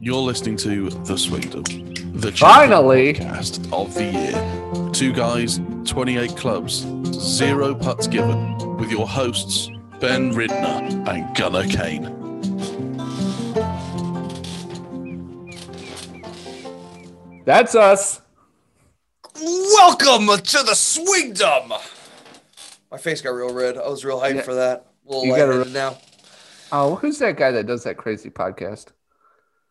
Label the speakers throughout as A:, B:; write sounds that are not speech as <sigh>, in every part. A: You're listening to The Swing Dub, the
B: Finally.
A: champion podcast of the year. Two guys, 28 clubs, zero putts given, with your hosts, Ben Ridner and Gunnar Kane.
B: That's us.
C: Welcome to the Swingdom. My face got real red. I was real hyped
B: Yeah.
C: for that. A little
B: You gotta
C: lightheaded now.
B: Oh, who's that guy that does that crazy podcast?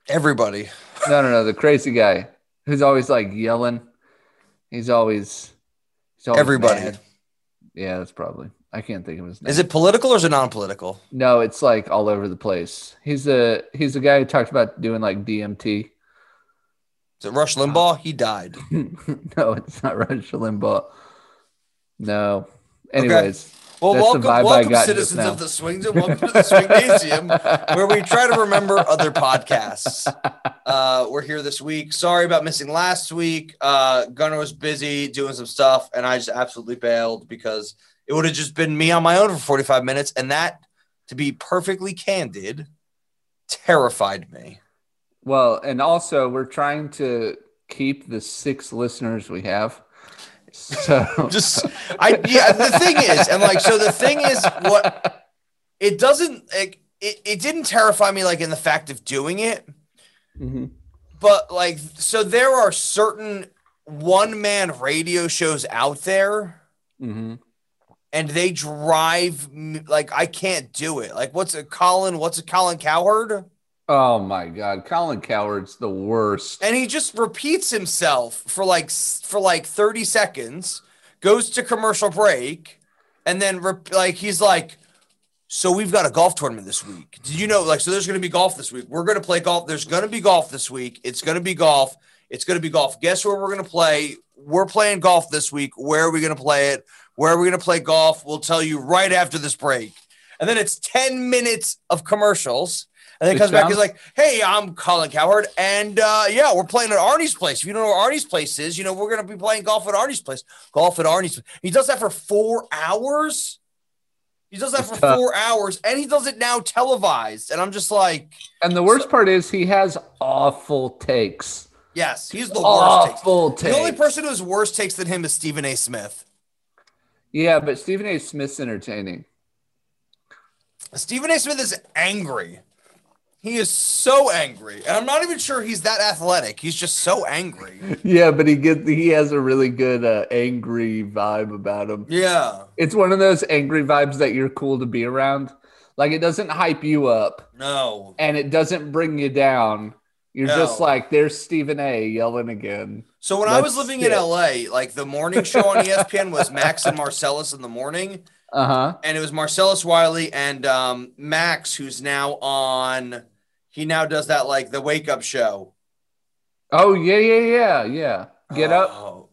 C: Everybody.
B: No, no, no, the crazy guy who's always like yelling. He's always, he's always
C: Everybody.
B: mad. Yeah, that's probably. I can't think of his name.
C: Is it political or is it non-political?
B: No, it's like all over the place. He's a he's the guy who talked about doing like DMT.
C: Is it Rush Limbaugh? He died.
B: <laughs> no, it's not Rush Limbaugh. No. Anyways,
C: Well,
B: That's the
C: welcome,
B: vibe I
C: welcome
B: got just
C: citizens
B: now.
C: of the Swingdom. Welcome
B: <laughs>
C: to the Swingdasium, where we try to remember other podcasts. Uh, we're here this week. Sorry about missing last week. Uh, Gunnar was busy doing some stuff, and I just absolutely bailed because it would have just been me on my own for 45 minutes, and that, to be perfectly candid, terrified me.
B: well, and also we're trying to keep the six listeners we have. So <laughs>
C: <laughs> Just, I yeah. The thing is, and like, so the thing is, what it doesn't like it, it didn't terrify me like in the fact of doing it
B: Mhm.
C: but like so there are certain one man radio shows out there
B: Mhm.
C: and they drive me like i can't do it like what's a colin what's a colin cowherd
B: Oh my God, Colin Coward's the worst.
C: and he just repeats himself for like s- for like 30 seconds goes to commercial break and then rep- like he's like so we've got a golf tournament this week do you know like so there's going to be golf this week we're going to play golf there's going to be golf this week it's going to be golf it's going to be golf guess where we're going to play we're playing golf this week where are we going to play it where are we going to play golf we'll tell you right after this break and then it's 10 minutes of commercials and then he
B: It
C: comes back
B: sounds-
C: he's like hey i'm colin cowhard and uh, yeah we're playing at arnie's place if you don't know where arnie's place is you know we're going to be playing golf at arnie's place golf at arnie's he does that for four hours he does that
B: It's
C: for
B: tough.
C: four hours, and he does it now televised. And I'm just like,
B: And the worst part is he has awful takes.
C: yes, he's the
B: Oh,
C: worst. Takes.
B: Awful takes.
C: The only person who has worse takes than him is Stephen A. Smith.
B: Yeah, but Stephen A. Smith's entertaining. <laughs>
C: Stephen A. Smith is angry. He is so angry, and I'm not even sure he's that athletic. He's just so angry.
B: Yeah, but he gets he has a really good uh, angry vibe about him.
C: <laughs> Yeah.
B: It's one of those angry vibes that you're cool to be around. Like it doesn't hype you up
C: No.
B: and it doesn't bring you down. You're
C: No.
B: just like there's Stephen A. yelling again.
C: So when I was
B: That's
C: living
B: it.
C: in LA, like the morning show on E ESPN was Max and Marcellus in the morning,
B: Uh huh.
C: and it was Marcellus Wiley and um, Max, who's now on. He now does that like the wake up show.
B: Oh yeah, yeah, yeah, yeah. Get up.
C: <sighs> Oh.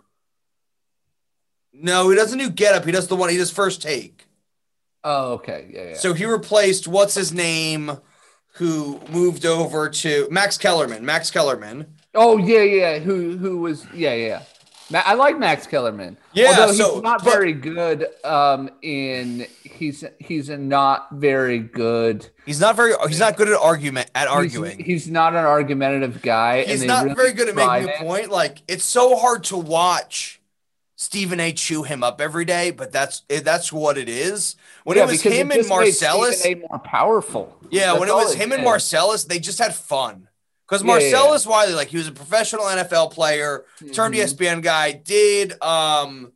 C: No, he doesn't do get up. He does the one. He does first take.
B: Oh okay, yeah, yeah.
C: So he replaced what's his name, who moved over to Max Kellerman. Max Kellerman.
B: Oh yeah, yeah. Who who was? Yeah, yeah. Ma- I like Max Kellerman.
C: Yeah,
B: although he's
C: so-
B: not
C: but-
B: very good. Um, in he's he's not very good.
C: He's not very. He's not good at argument at arguing.
B: He's, he's not an argumentative guy. and
C: He's
B: they
C: not
B: really
C: very good at making
B: drive
C: a
B: it.
C: point. Like it's so hard to watch Stephen A. chew him up every day, but that's it, that's what it is. When
B: yeah,
C: it was
B: because
C: him
B: it
C: and
B: just made
C: Marcellus,
B: Stephen A more powerful.
C: Yeah, when
B: That's
C: it
B: all
C: was him and
B: did.
C: Marcellus, they just had fun. Because
B: Yeah, yeah, yeah.
C: Marcellus Wiley, like he was a professional NFL player, turned
B: Mhm.
C: ESPN guy, did um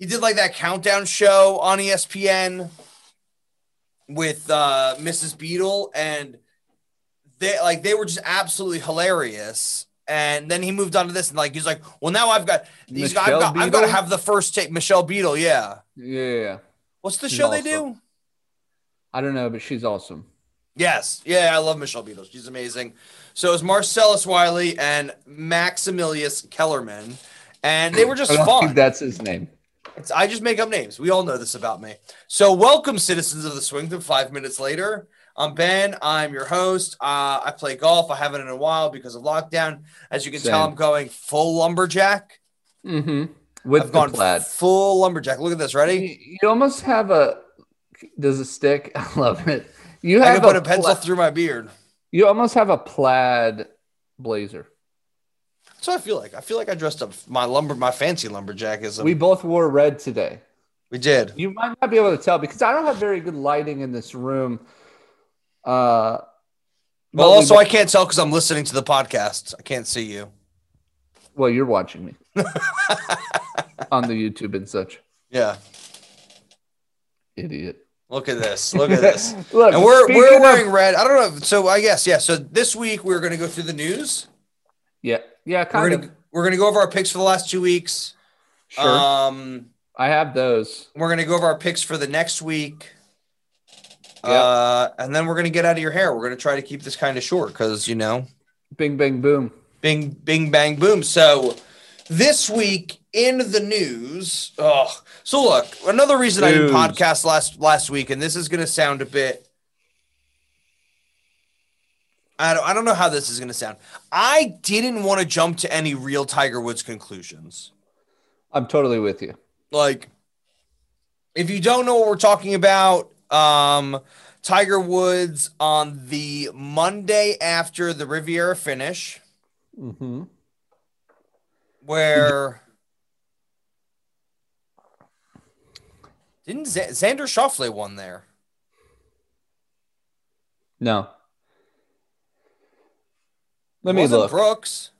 C: he did like that countdown show on E ESPN with uh Mrs. Beadle and they like they were just absolutely hilarious. And then he moved on to this and like he's like, Well now I've got he's got, I've,
B: Michelle
C: got I've got to
B: Beadle?
C: have the first take Michelle Beadle, yeah.
B: Mm-hmm. Yeah,
C: What's the
B: She's
C: show they
B: awesome.
C: do?
B: I don't know, but she's awesome.
C: Yes. Yeah, I love Michelle Beadle. She's amazing. So it's Marcellus Wiley and Maximilius Kellerman. And they were just
B: I don't
C: fun.
B: think that's his name.
C: It's- I just make up names. We all know this about me. So welcome, citizens of the Swingdom. Five minutes later, I'm Ben. I'm your host. Uh, I play golf. I haven't in a while because of lockdown. As you can tell,
B: Same.
C: I'm going full lumberjack.
B: Mm-hmm. With
C: I've
B: the
C: gone
B: plaid.
C: full lumberjack. Look at this. Ready?
B: You, you almost have a. Does it stick? <laughs> I love it. You
C: I
B: have
C: can put a
B: plaid-
C: pencil through my beard.
B: You almost have a plaid blazer.
C: That's what I feel like. I feel like I dressed up my lumber, my fancy lumberjack as a,
B: We
C: we,
B: both wore red today.
C: did.
B: You might not be able to tell because I don't have very good lighting in this room. Uh,
C: Well,
B: we
C: also
B: both-
C: I can't tell because I'm listening to the podcast. I can't see you.
B: well, you're watching
C: <laughs>
B: me on the YouTube and such.
C: Yeah.
B: Idiot.
C: Look at
B: <laughs>
C: this. Look at this.
B: Look,
C: And we're
B: speaking
C: we're
B: of-
C: wearing red. I don't know. if- So I guess yeah. So this week we're gonna go through the news.
B: yeah, yeah,
C: We're
B: kind
C: gonna
B: of.
C: we're gonna go over our picks for the last two weeks.
B: Sure,
C: Um,
B: I have those.
C: we're gonna go over our picks for the next week. Uh, and then we're gonna get out of your hair. We're gonna try to keep this kind of short because you know
B: Bing, bang, boom.
C: Bing, bing, bang, boom. So this week in the news, oh, so look, another reason I didn't
B: News.
C: podcast last last week, and this is going to sound a bit. I don't, I don't know how this is going to sound. I didn't want to jump to any real Tiger Woods conclusions.
B: I'm totally with you.
C: Like, if you don't know what we're talking about, um, Tiger Woods on the Monday after the Riviera finish,
B: Mm-hmm.
C: where didn't Z- Xander Schauffele won there?
B: No. Let
C: It
B: me
C: wasn't
B: look.
C: Brooks.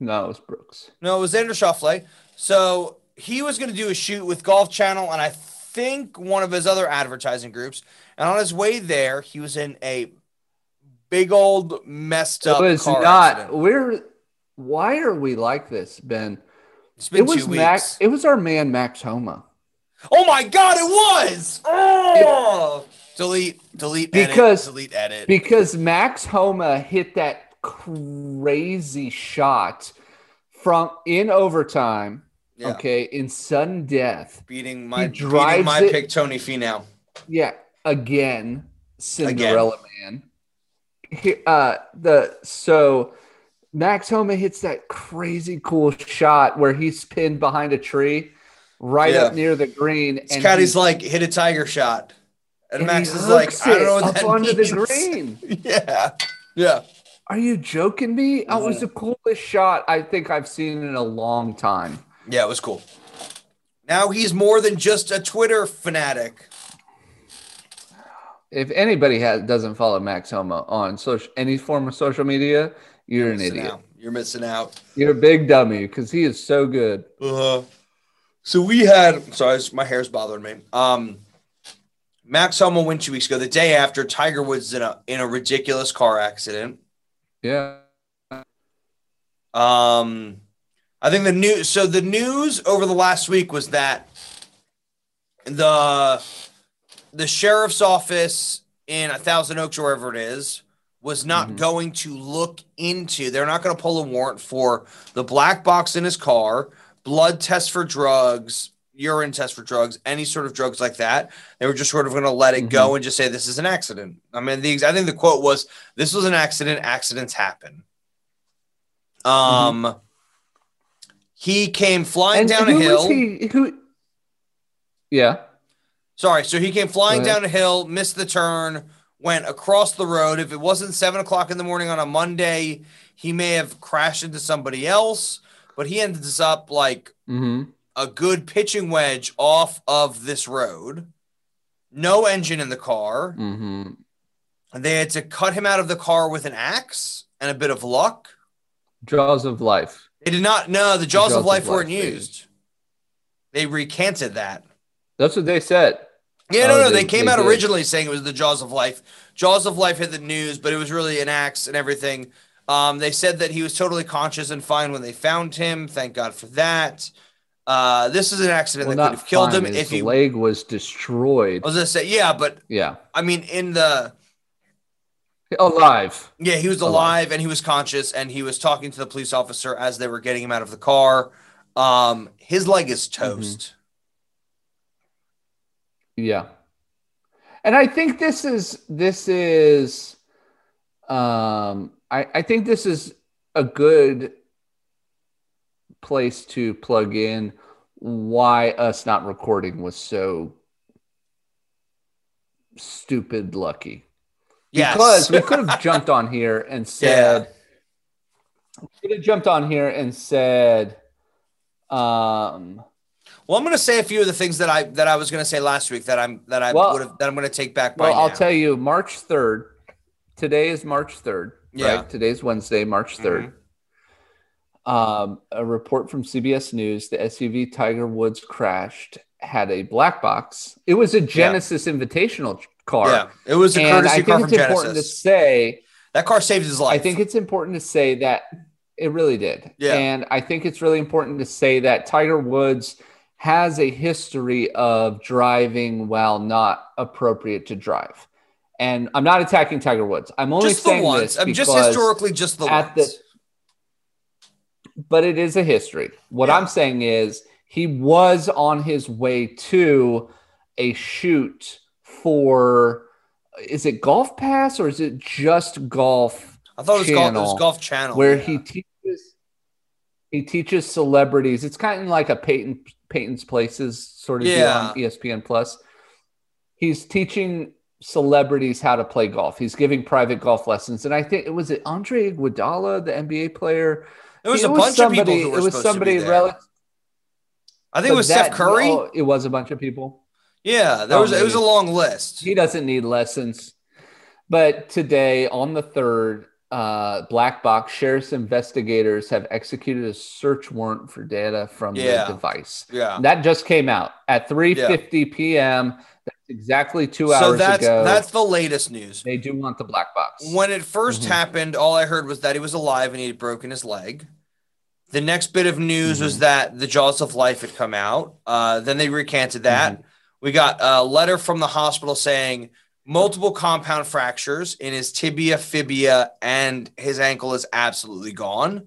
B: no, it was Brooks.
C: No, it was Xander Schauffele. So he was going to do a shoot with Golf Channel and I think one of his other advertising groups. And on his way there, he was in a big old messed
B: It
C: up.
B: was
C: car
B: not.
C: accident.
B: We're. Why are we like this, Ben?
C: It's
B: It
C: been
B: was
C: two weeks.
B: Max. It was our man Max Homa
C: oh my God! It was. Oh. Delete. Delete.
B: Because-
C: edit, delete edit.
B: because Max Homa hit that crazy shot from in overtime.
C: Yeah.
B: Okay, in sudden death.
C: Beating my beating
B: drives
C: my
B: it-
C: pick Tony Finau.
B: Yeah, again, Cinderella Man. He, uh, the so Max Homa hits that crazy cool shot where he's pinned behind a tree, right
C: Yeah.
B: up near the green,
C: Scotty's Caddy's
B: he-
C: like hit a tiger shot, and,
B: and
C: Max
B: he
C: is like,
B: hooks
C: I don't
B: it
C: know what
B: up
C: that
B: onto
C: means.
B: the green.
C: <laughs> Yeah, yeah.
B: Are you joking me? That was the coolest shot I think I've seen in a long time.
C: Yeah, it was cool. Now he's more than just a Twitter fanatic.
B: If anybody has doesn't follow Max Homa on social any form of social media, you're an
C: Missing
B: idiot.
C: out. You're missing out.
B: You're a big dummy because he is so good.
C: Uh-huh. So we had. Sorry, it's- my hair's bothering me. Um, Max Homa went two weeks ago, the day after Tiger Woods in a in a ridiculous car accident.
B: Yeah.
C: Um, I think the news. So the news over the last week was that the the sheriff's office in a Thousand Oaks or wherever it is was not
B: Mhm.
C: going to look into. They're not going to pull a warrant for the black box in his car, blood test for drugs, urine test for drugs, any sort of drugs like that. They were just sort of going to let it go and just say this is an accident. I mean, the I think the quote was, "This was an accident. Accidents happen." Um, he came flying down a
B: Mm-hmm. who
C: hill.
B: Was he, who? Yeah.
C: Sorry, so he came flying
B: Go ahead.
C: down a hill, missed the turn, went across the road. If it wasn't seven o'clock in the morning on a Monday, he may have crashed into somebody else. But he ends up like
B: Mm-hmm.
C: a good pitching wedge off of this road. No engine in the car.
B: Mm-hmm.
C: They had to cut him out of the car with an axe and a bit of luck.
B: Jaws of life.
C: They did not know the jaws, of life weren't used. They recanted that.
B: That's what they said.
C: Yeah, no,
B: Oh,
C: no. They,
B: they-
C: came
B: they
C: out
B: did.
C: originally saying it was the Jaws of Life. Jaws of Life hit the news, but it was really an axe and everything. Um, they said that he was totally conscious and fine when they found him. Thank God for that. Uh, this is an accident
B: Well,
C: that could
B: not
C: have killed him
B: fine.
C: if
B: His
C: he. Oh. I
B: leg was destroyed.
C: was gonna say, yeah, but
B: Yeah.
C: I mean, in the
B: Alive.
C: yeah, he was alive,
B: Alive.
C: and he was conscious and he was talking to the police officer as they were getting him out of the car. Um, his leg is
B: Mm-hmm.
C: toast.
B: Yeah. And I think this is this is um I, I think this is a good place to plug in why us not recording was so stupid lucky.
C: Yes.
B: Because we could have jumped on here and said Should have jumped on here and said, um,
C: Well, I'm going to say a few of the things that I that I was going to say last week that I'm that I
B: Well-
C: would have that I'm going to take back.
B: well,
C: by
B: I'll
C: now.
B: tell you, March 3rd. Today is March 3rd.
C: Yeah. Mm-hmm.
B: Right? Today's Wednesday, March 3rd. Um, a report from CBS News the SUV Tiger Woods crashed had a black box. It was a Genesis Invitational car.
C: Yeah, it was a
B: and I
C: courtesy
B: think
C: car from
B: it's important to
C: Genesis.
B: say
C: that car saved his life.
B: I think it's important to say that it really did.
C: Yeah.
B: And I think it's really important to say that Tiger Woods has a history of driving while not appropriate to drive. And I'm not attacking Tiger Woods. I'm only
C: just the
B: saying
C: once.
B: this
C: I'm just
B: because-
C: historically just the
B: at
C: once.
B: but it is a history. What
C: Yeah.
B: I'm saying is he was on his way to a shoot for is it golf pass or is it just golf
C: I thought it was, golf, it was
B: channel
C: Golf Channel.
B: where
C: Oh, yeah.
B: he teaches he teaches celebrities. It's kind of like a Peyton Peyton's Places sort of
C: Yeah.
B: deal on E ESPN Plus. He's teaching celebrities how to play golf. He's giving private golf lessons, and I think it was it Andre Iguodala, the NBA player.
C: there was
B: It
C: a bunch of people who were
B: it was
C: supposed
B: somebody
C: to be there.
B: rel-
C: I think it
B: but
C: was
B: that-
C: Steph Curry.
B: oh, it was a bunch of people.
C: yeah, there
B: oh,
C: was it was a
B: maybe.
C: long list.
B: He doesn't need lessons. But today, on the third, uh, Black Box sheriff's investigators have executed a search warrant for data from
C: Yeah.
B: the device.
C: Yeah.
B: That just came out at 3:50 p.m. That's exactly two
C: So
B: hours
C: that's
B: ago.
C: that's the latest news.
B: they do want the black box.
C: When it 1st
B: Mhm.
C: happened, all I heard was that he was alive and he had broken his leg. The next bit of news was that the Jaws of Life had come out. Uh, then they recanted that. We got a letter from the hospital saying multiple compound fractures in his tibia, fibia, and his ankle is absolutely gone.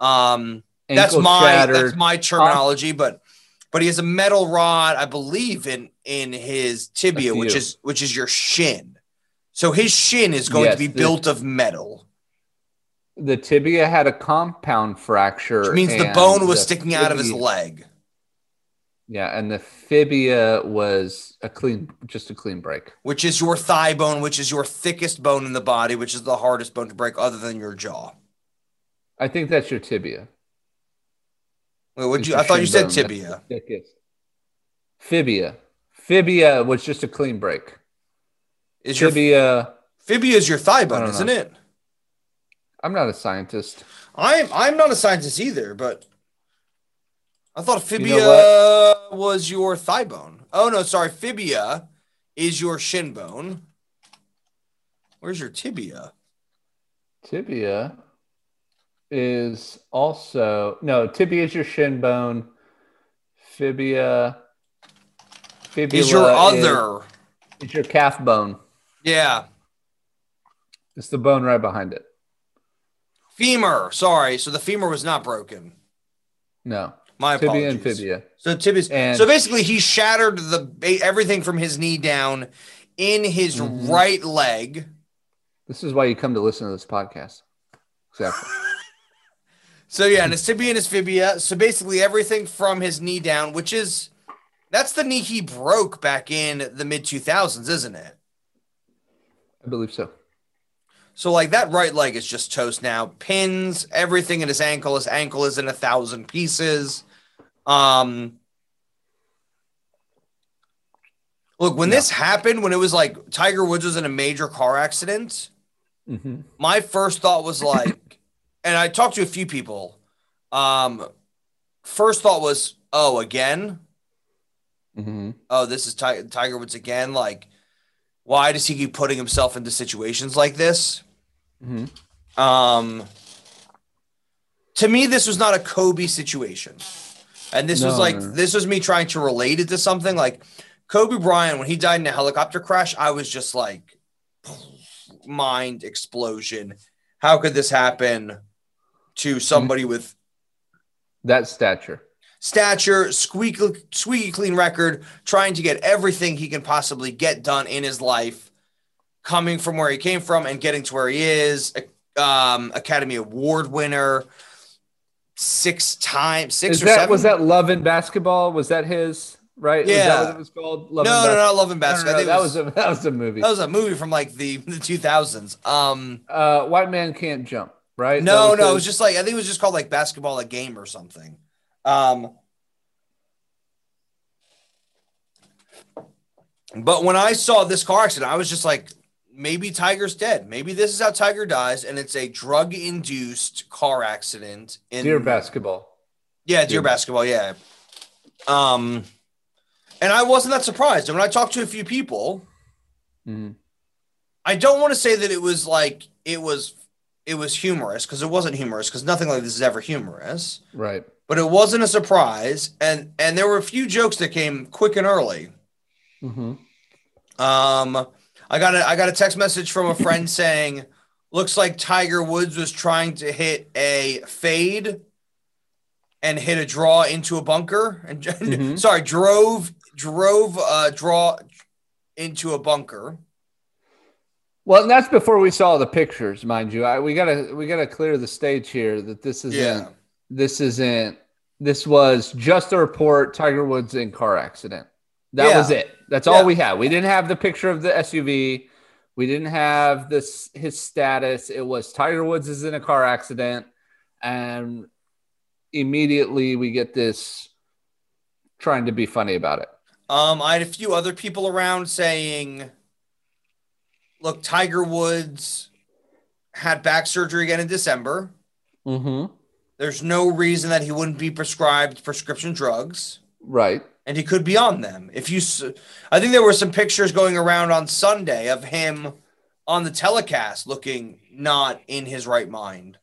C: Um, that's
B: Ankle
C: my that's
B: shattered.
C: my terminology, but but he has a metal rod, I believe, in in his tibia,
B: That's
C: which
B: you.
C: is which is your shin. So his shin is going
B: Yes,
C: to be
B: the-
C: built of metal,
B: the tibia had a compound fracture,
C: which means the
B: and
C: bone was
B: the
C: sticking out of his
B: fibia-
C: leg.
B: Yeah, and the fibia was a clean, just a clean break.
C: Which is your thigh bone, which is your thickest bone in the body, which is the hardest bone to break, other than your jaw.
B: I think that's your tibia.
C: Wait, would
B: It's
C: you?
B: your
C: I thought you
B: shin
C: said
B: bone.
C: tibia.
B: Thickest. Fibia. Fibia was just a clean break.
C: Is your
B: Fibia.
C: fibia is your thigh
B: I
C: bone,
B: don't
C: isn't
B: know.
C: it?
B: I'm not a scientist.
C: I'm I'm not a scientist either, but I thought fibia was your thigh bone. Oh no, sorry, fibia is your shin bone. Where's your tibia?
B: Tibia is also no. Tibia is your shin bone. Fibia. Fibula
C: Is your other?
B: Is, is your calf bone.
C: Yeah,
B: It's the bone right behind it.
C: femur. Sorry, so the femur was not broken.
B: No.
C: My apologies.
B: Tibia and fibia.
C: So tibia's
B: And-
C: so basically he shattered the ba- everything from his knee down in his
B: Mhm.
C: right leg.
B: This is why you come to listen to this podcast. Exactly.
C: So yeah, and his tibia and his fibia. So basically everything from his knee down, which is that's the knee he broke back in the mid two thousands, isn't it?
B: I believe so.
C: So like that right leg is just toast now. Pins, everything in his ankle. His ankle is in a thousand pieces. Um Look, when this happened, when it was like Tiger Woods was in a major car accident,
B: Mm-hmm.
C: my first thought was like, and I talked to a few people. Um, first thought was, oh, again,
B: Mm-hmm.
C: oh, this is Ti- Tiger Woods again. Like, why does he keep putting himself into situations like this?
B: Mm-hmm.
C: Um, to me, this was not a Kobe situation, and this was
B: No,
C: like
B: no, no.
C: this was me trying to relate it to something like Kobe Bryant when he died in a helicopter crash. I was just like, mind explosion. How could this happen to somebody with
B: That stature.
C: stature, squeaky, squeaky clean record, trying to get everything he can possibly get done in his life, coming from where he came from and getting to where he is. Um, Academy Award winner, six times, six
B: Is
C: or
B: that
C: seven.
B: was that Love and Basketball? Was that his right? Was
C: Yeah.
B: that what it was called?
C: no,
B: Love and
C: no, no,
B: Basketball.
C: not Love and Basketball. I think
B: that
C: it
B: was a <laughs> that was a movie.
C: that was a movie from like the the two thousands. Um,
B: uh, White Man Can't Jump. right? That
C: No,
B: was
C: no,
B: the-
C: it was just like I think it was just called like basketball a game or something. Um, but when I saw this car accident, I was just like, maybe Tiger's dead. Maybe this is how Tiger dies, and it's a drug-induced car accident in
B: deer basketball.
C: yeah, deer
B: Deer
C: basketball, yeah. Um, and I wasn't that surprised. And when I talked to a few people,
B: Mhm.
C: I don't want to say that it was like it was it was humorous because it wasn't humorous because nothing like this is ever humorous.
B: Right.
C: But it wasn't a surprise, and and there were a few jokes that came quick and early.
B: Mm-hmm.
C: Um, I got a I got a text message from a friend saying, "Looks like Tiger Woods was trying to hit a fade, and hit a draw into a bunker. <laughs> And
B: Mhm.
C: sorry, drove drove uh draw into a bunker.
B: Well, and that's before we saw the pictures, mind you. I, we gotta we gotta clear the stage here that this isn't
C: Yeah,
B: this isn't this was just a report Tiger Woods in car accident. That
C: Yeah.
B: was it. That's
C: Yeah.
B: all we had. We didn't have the picture of the SUV. We didn't have this his status. It was Tiger Woods is in a car accident and immediately we get this trying to be funny about it.
C: Um, I had a few other people around saying, look, Tiger Woods had back surgery again in December.
B: Mhm.
C: Mm-hmm. There's no reason that he wouldn't be prescribed prescription drugs,
B: Right.
C: and he could be on them. If you, s- I think there were some pictures going around on Sunday of him on the telecast looking not in his right mind.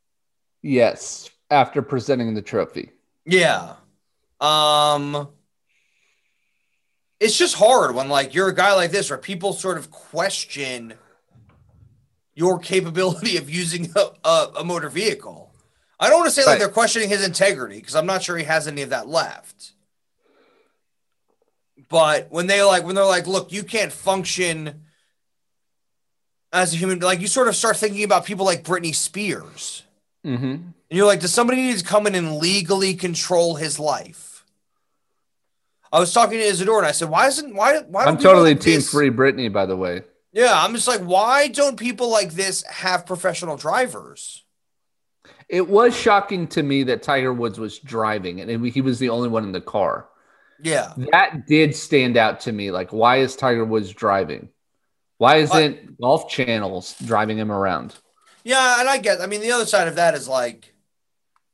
B: Yes, after presenting the trophy.
C: Yeah. Um it's just hard when like you're a guy like this where people sort of question your capability <laughs> of using a, a, a motor vehicle. I don't want to say like
B: Right.
C: they're questioning his integrity because I'm not sure he has any of that left. But when they like when they're like, look, you can't function as a human, like you sort of start thinking about people like Britney Spears.
B: Mhm.
C: And you're like, does somebody need to come in and legally control his life? I was talking to Isidore and I said, why isn't why why don't
B: I'm
C: people
B: totally
C: like
B: team
C: this-
B: free Britney, by the way.
C: Yeah, I'm just like, why don't people like this have professional drivers?
B: It was shocking to me that Tiger Woods was driving and he was the only one in the car.
C: Yeah.
B: That did stand out to me. Like, why is Tiger Woods driving? Why isn't Golf Channels driving him around?
C: Yeah, and I get I mean the other side of that is like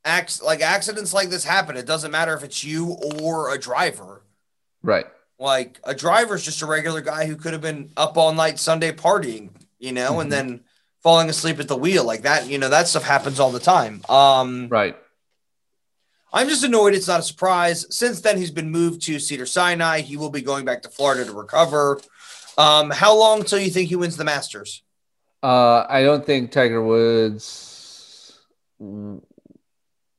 C: acts like accidents like this happen. It doesn't matter if it's you or a driver.
B: Right.
C: Like a driver's just a regular guy who could have been up all night Sunday partying, you know, and
B: Mhm.
C: then falling asleep at the wheel like that. You know, that stuff happens all the time. Um,
B: Right.
C: I'm just annoyed it's not a surprise. Since then, he's been moved to Cedar Sinai. He will be going back to Florida to recover. Um, how long till you think he wins the Masters?
B: Uh, I don't think Tiger Woods. w-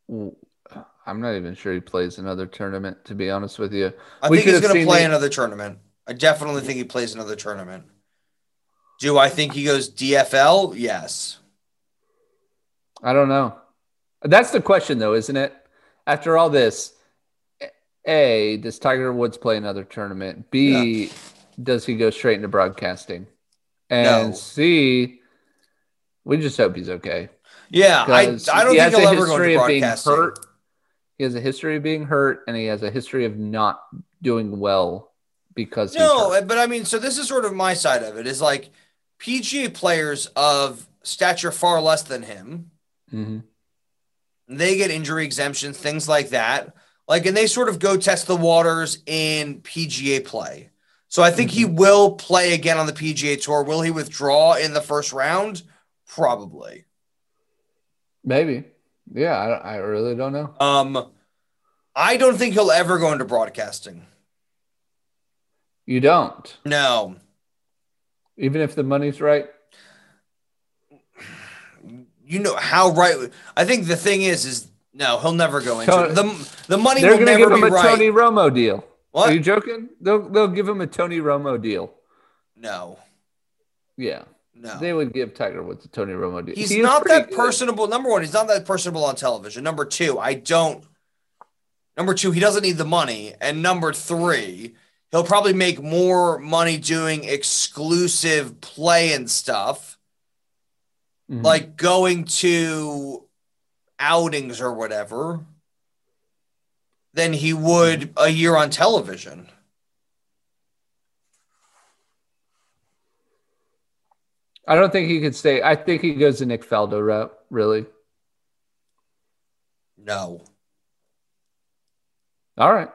B: w- I'm not even sure he plays another tournament, to be honest with you.
C: I
B: We could
C: think he's
B: have
C: going to
B: seen
C: play
B: the-
C: another tournament. I definitely think he plays another tournament. Do I think he goes DFL? Yes.
B: I don't know. That's the question, though, isn't it? After all this, A, does Tiger Woods play another tournament? B, does he go straight into broadcasting? And
C: No.
B: C, we just hope he's okay.
C: Yeah, I, I don't
B: 'Cause
C: think he'll ever go into
B: of being
C: broadcasting.
B: hurt. He has a history of being hurt, and he has a history of not doing well because he's
C: No, eh,
B: hurt.
C: but I mean, so this is sort of my side of it is like PGA players of stature far less than him,
B: Mhm.
C: they get injury exemptions, things like that. Like, and they sort of go test the waters in PGA play. So I think he will play again on the PGA tour. Will he withdraw in the first round? Probably.
B: Maybe. Yeah, I, I really don't know.
C: Um, I don't think he'll ever go into broadcasting.
B: You don't,
C: No.
B: even if the money's right.
C: You know how right I think the thing is is no, he'll never go into
B: Tony-
C: it. the the money
B: They're
C: will
B: going to give
C: never
B: him
C: be
B: a
C: right.
B: Tony Romo deal.
C: What?
B: Are you joking? They'll they'll give him a Tony Romo deal.
C: No,
B: Yeah,
C: no.
B: they would give Tiger Woods a Tony Romo deal.
C: he's
B: He is
C: not
B: pretty
C: that
B: good.
C: personable. Number one, he's not that personable on television. Number two, I don't. Number two, he doesn't need the money. And number three, he'll probably make more money doing exclusive play and stuff
B: Mhm.
C: like going to outings or whatever than he would a year on television.
B: I don't think he could stay. I think he goes the Nick Faldo route, really.
C: No,
B: All right.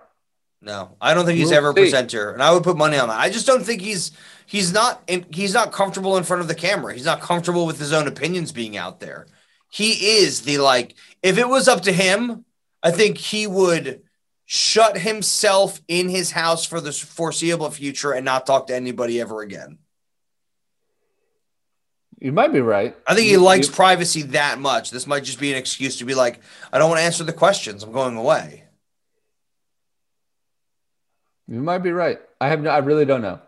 C: no, I don't think he's
B: We'll
C: ever a
B: see.
C: presenter, and I would put money on that. I just don't think he's he's not in, he's not comfortable in front of the camera. He's not comfortable with his own opinions being out there. He is the like if it was up to him, I think he would shut himself in his house for the foreseeable future and not talk to anybody ever again.
B: You might be right.
C: I think he
B: You-
C: likes
B: you-
C: privacy that much. This might just be an excuse to be like, I don't want to answer the questions. I'm going away.
B: You might be right. I have. No, I really don't know.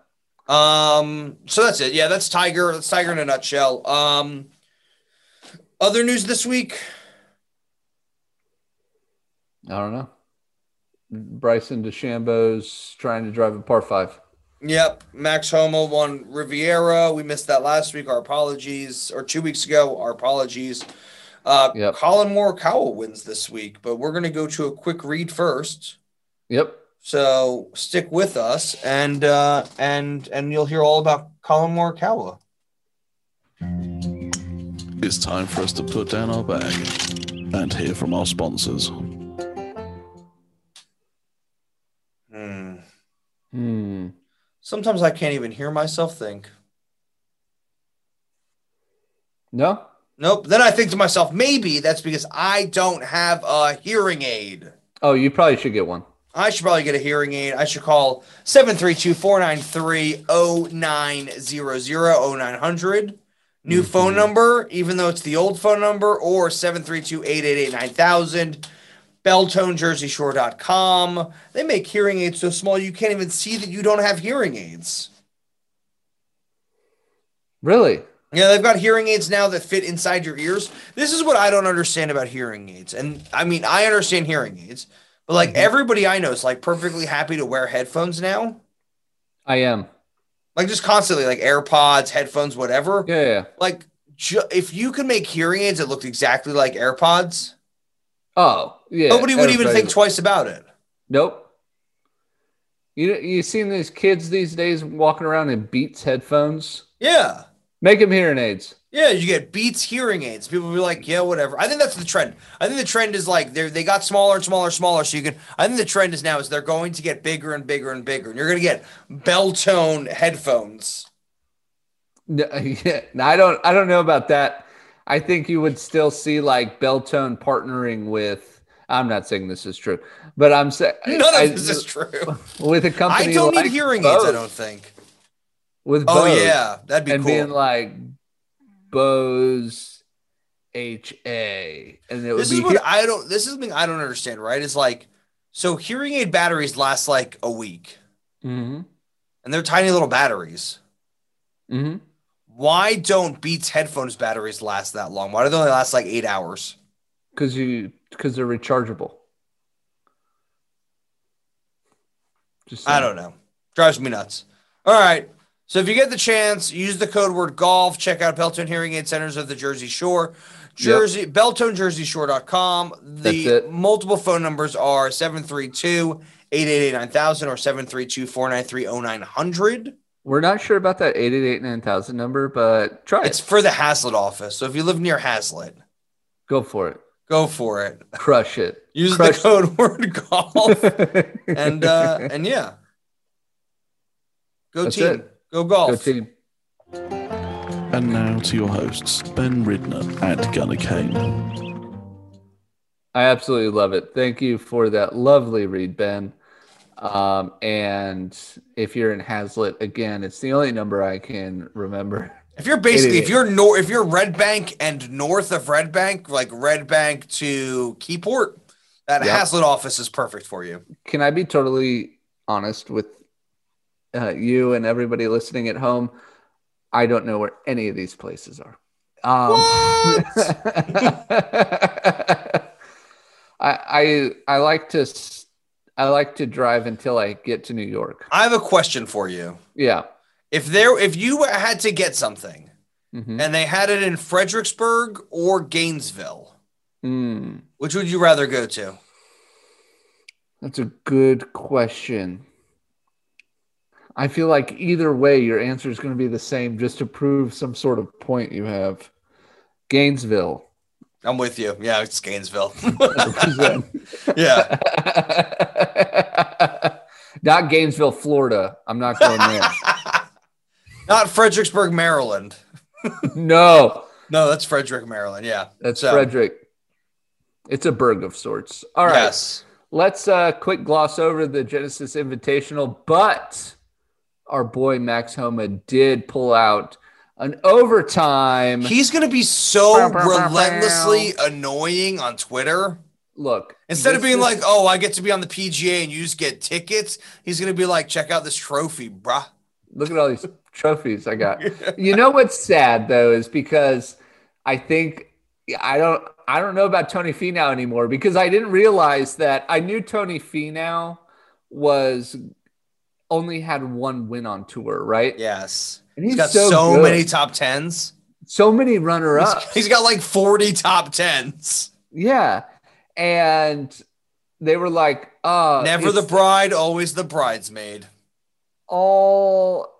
C: Um, so that's it. Yeah, that's Tiger. That's Tiger in a nutshell. Um, other news this week.
B: I don't know. Bryson DeChambeau's trying to drive a par five.
C: Yep, Max Homa won Riviera. We missed that last week. Our apologies, or two weeks ago. Our apologies. Uh,
B: Yep.
C: Colin Morikawa wins this week, but we're gonna go to a quick read first.
B: Yep.
C: So stick with us, and uh, and and you'll hear all about Colin Morikawa.
A: It's time for us to put down our bag and hear from our sponsors.
C: Hmm.
B: Hmm.
C: Sometimes I can't even hear myself think.
B: No.
C: Nope. Then I think to myself, maybe that's because I don't have a hearing aid.
B: Oh, you probably should get one.
C: I should probably get a hearing aid. I should call 732-493-0900, new phone number, even though it's the old phone number, or 732-888-9000, belltonejerseyshore.com. They make hearing aids so small you can't even see that you don't have hearing aids.
B: Really?
C: Yeah, they've got hearing aids now that fit inside your ears. This is what I don't understand about hearing aids. And I mean, I understand hearing aids, but like
B: Mm-hmm.
C: everybody I know is like perfectly happy to wear headphones now.
B: I am.
C: Like just constantly like AirPods, headphones, whatever.
B: Yeah. yeah, yeah.
C: Like ju- if you could make hearing aids that looked exactly like AirPods,
B: Oh, yeah.
C: nobody would even
B: everybody-
C: think twice about it.
B: Nope. You you seen these kids these days walking around in Beats headphones?
C: Yeah.
B: Make them hearing aids.
C: Yeah, you get Beats hearing aids. People be like, yeah, whatever. I think that's the trend. I think the trend is like they they got smaller and smaller and smaller. So you can. I think the trend is now is they're going to get bigger and bigger and bigger, and you're going to get bell tone headphones.
B: No, <laughs> yeah, no, I don't I don't know about that. I think you would still see like Beltone partnering with. I'm not saying this is true, but I'm saying
C: <laughs> None of this is true.
B: with a company.
C: I don't need
B: like
C: hearing aids. I
B: Bose,
C: don't think.
B: With
C: Oh
B: Bose
C: yeah, that'd be
B: and
C: cool.
B: being like Bose HA, and it would
C: this
B: be
C: is what
B: hear-
C: I don't. This is something I don't understand. Right? Is like, so hearing aid batteries last like a week,
B: Mhm,
C: and they're tiny little batteries.
B: mhm.
C: Why don't Beats headphones batteries last that long? Why do they only last like eight hours?
B: because you because they're rechargeable. Just
C: I don't know. Drives me nuts. All right. So if you get the chance, use the code word golf. Check out Beltone Hearing Aid Centers of the Jersey Shore. Jersey beltonejerseyshore.com.
B: That's
C: The
B: it.
C: multiple phone numbers are 732 888 9000 or 732 493 0900.
B: We're not sure about that eight eight eight nine thousand number, but try
C: It's
B: it.
C: for the Hazlitt office. So if you live near Hazlitt,
B: Go for it.
C: go for it.
B: Crush it.
C: Use
B: Crush
C: the code word
B: <laughs>
C: golf. and uh, and yeah. Go
B: That's
C: team.
B: it.
C: Go golf.
B: Go team.
A: And now to your hosts, Ben Ridner and Gunnar Kane.
B: I absolutely love it. Thank you for that lovely read, Ben. Um, and if you're in Hazlitt again, it's the only number I can remember.
C: If you're basically
B: It
C: if
B: is.
C: you're nor if you're Red Bank and north of Red Bank, like Red Bank to Keyport, that
B: Yep.
C: Hazlitt office is perfect for you.
B: Can I be totally honest with uh, you and everybody listening at home? I don't know where any of these places are. Um, I, <laughs> I I like to s- I like to drive until I get to New York.
C: I have a question for you.
B: Yeah.
C: If there if you had to get something
B: Mhm.
C: and they had it in Fredericksburg or Gainesville.
B: Mm.
C: Which would you rather go to?
B: That's a good question. I feel like either way, your answer is going to be the same just to prove some sort of point you have. Gainesville.
C: I'm with you. Yeah, it's Gainesville. <laughs>
B: Represent.
C: yeah.
B: <laughs> not Gainesville, Florida. I'm not going there.
C: <laughs> Not Fredericksburg, Maryland.
B: no,
C: No, that's Frederick, Maryland. Yeah.
B: that's
C: So-
B: Frederick. It's a burg of sorts. All right.
C: Yes.
B: Let's uh, quick gloss over the Genesis Invitational, but our boy Max Homa did pull out an overtime.
C: He's going to be so
B: Bow, bow, bow, bow.
C: relentlessly annoying on Twitter.
B: Look,
C: Instead of
B: this
C: being
B: is-
C: like, oh, I get to be on the PGA and you just get tickets, he's going to be like, check out this trophy, bruh.
B: Look at all
C: <laughs>
B: these trophies I got. You know what's sad though is because I think I don't I don't know about Tony Finau anymore because I didn't realize that I knew Tony Finau was only had one win on tour, right?
C: Yes.
B: And
C: He's got so, many top tens.
B: so many runner
C: He's-
B: ups.
C: he's got like 40 top tens.
B: Yeah. And they were like, uh
C: Never the
B: it's
C: bride, always the bridesmaid.
B: all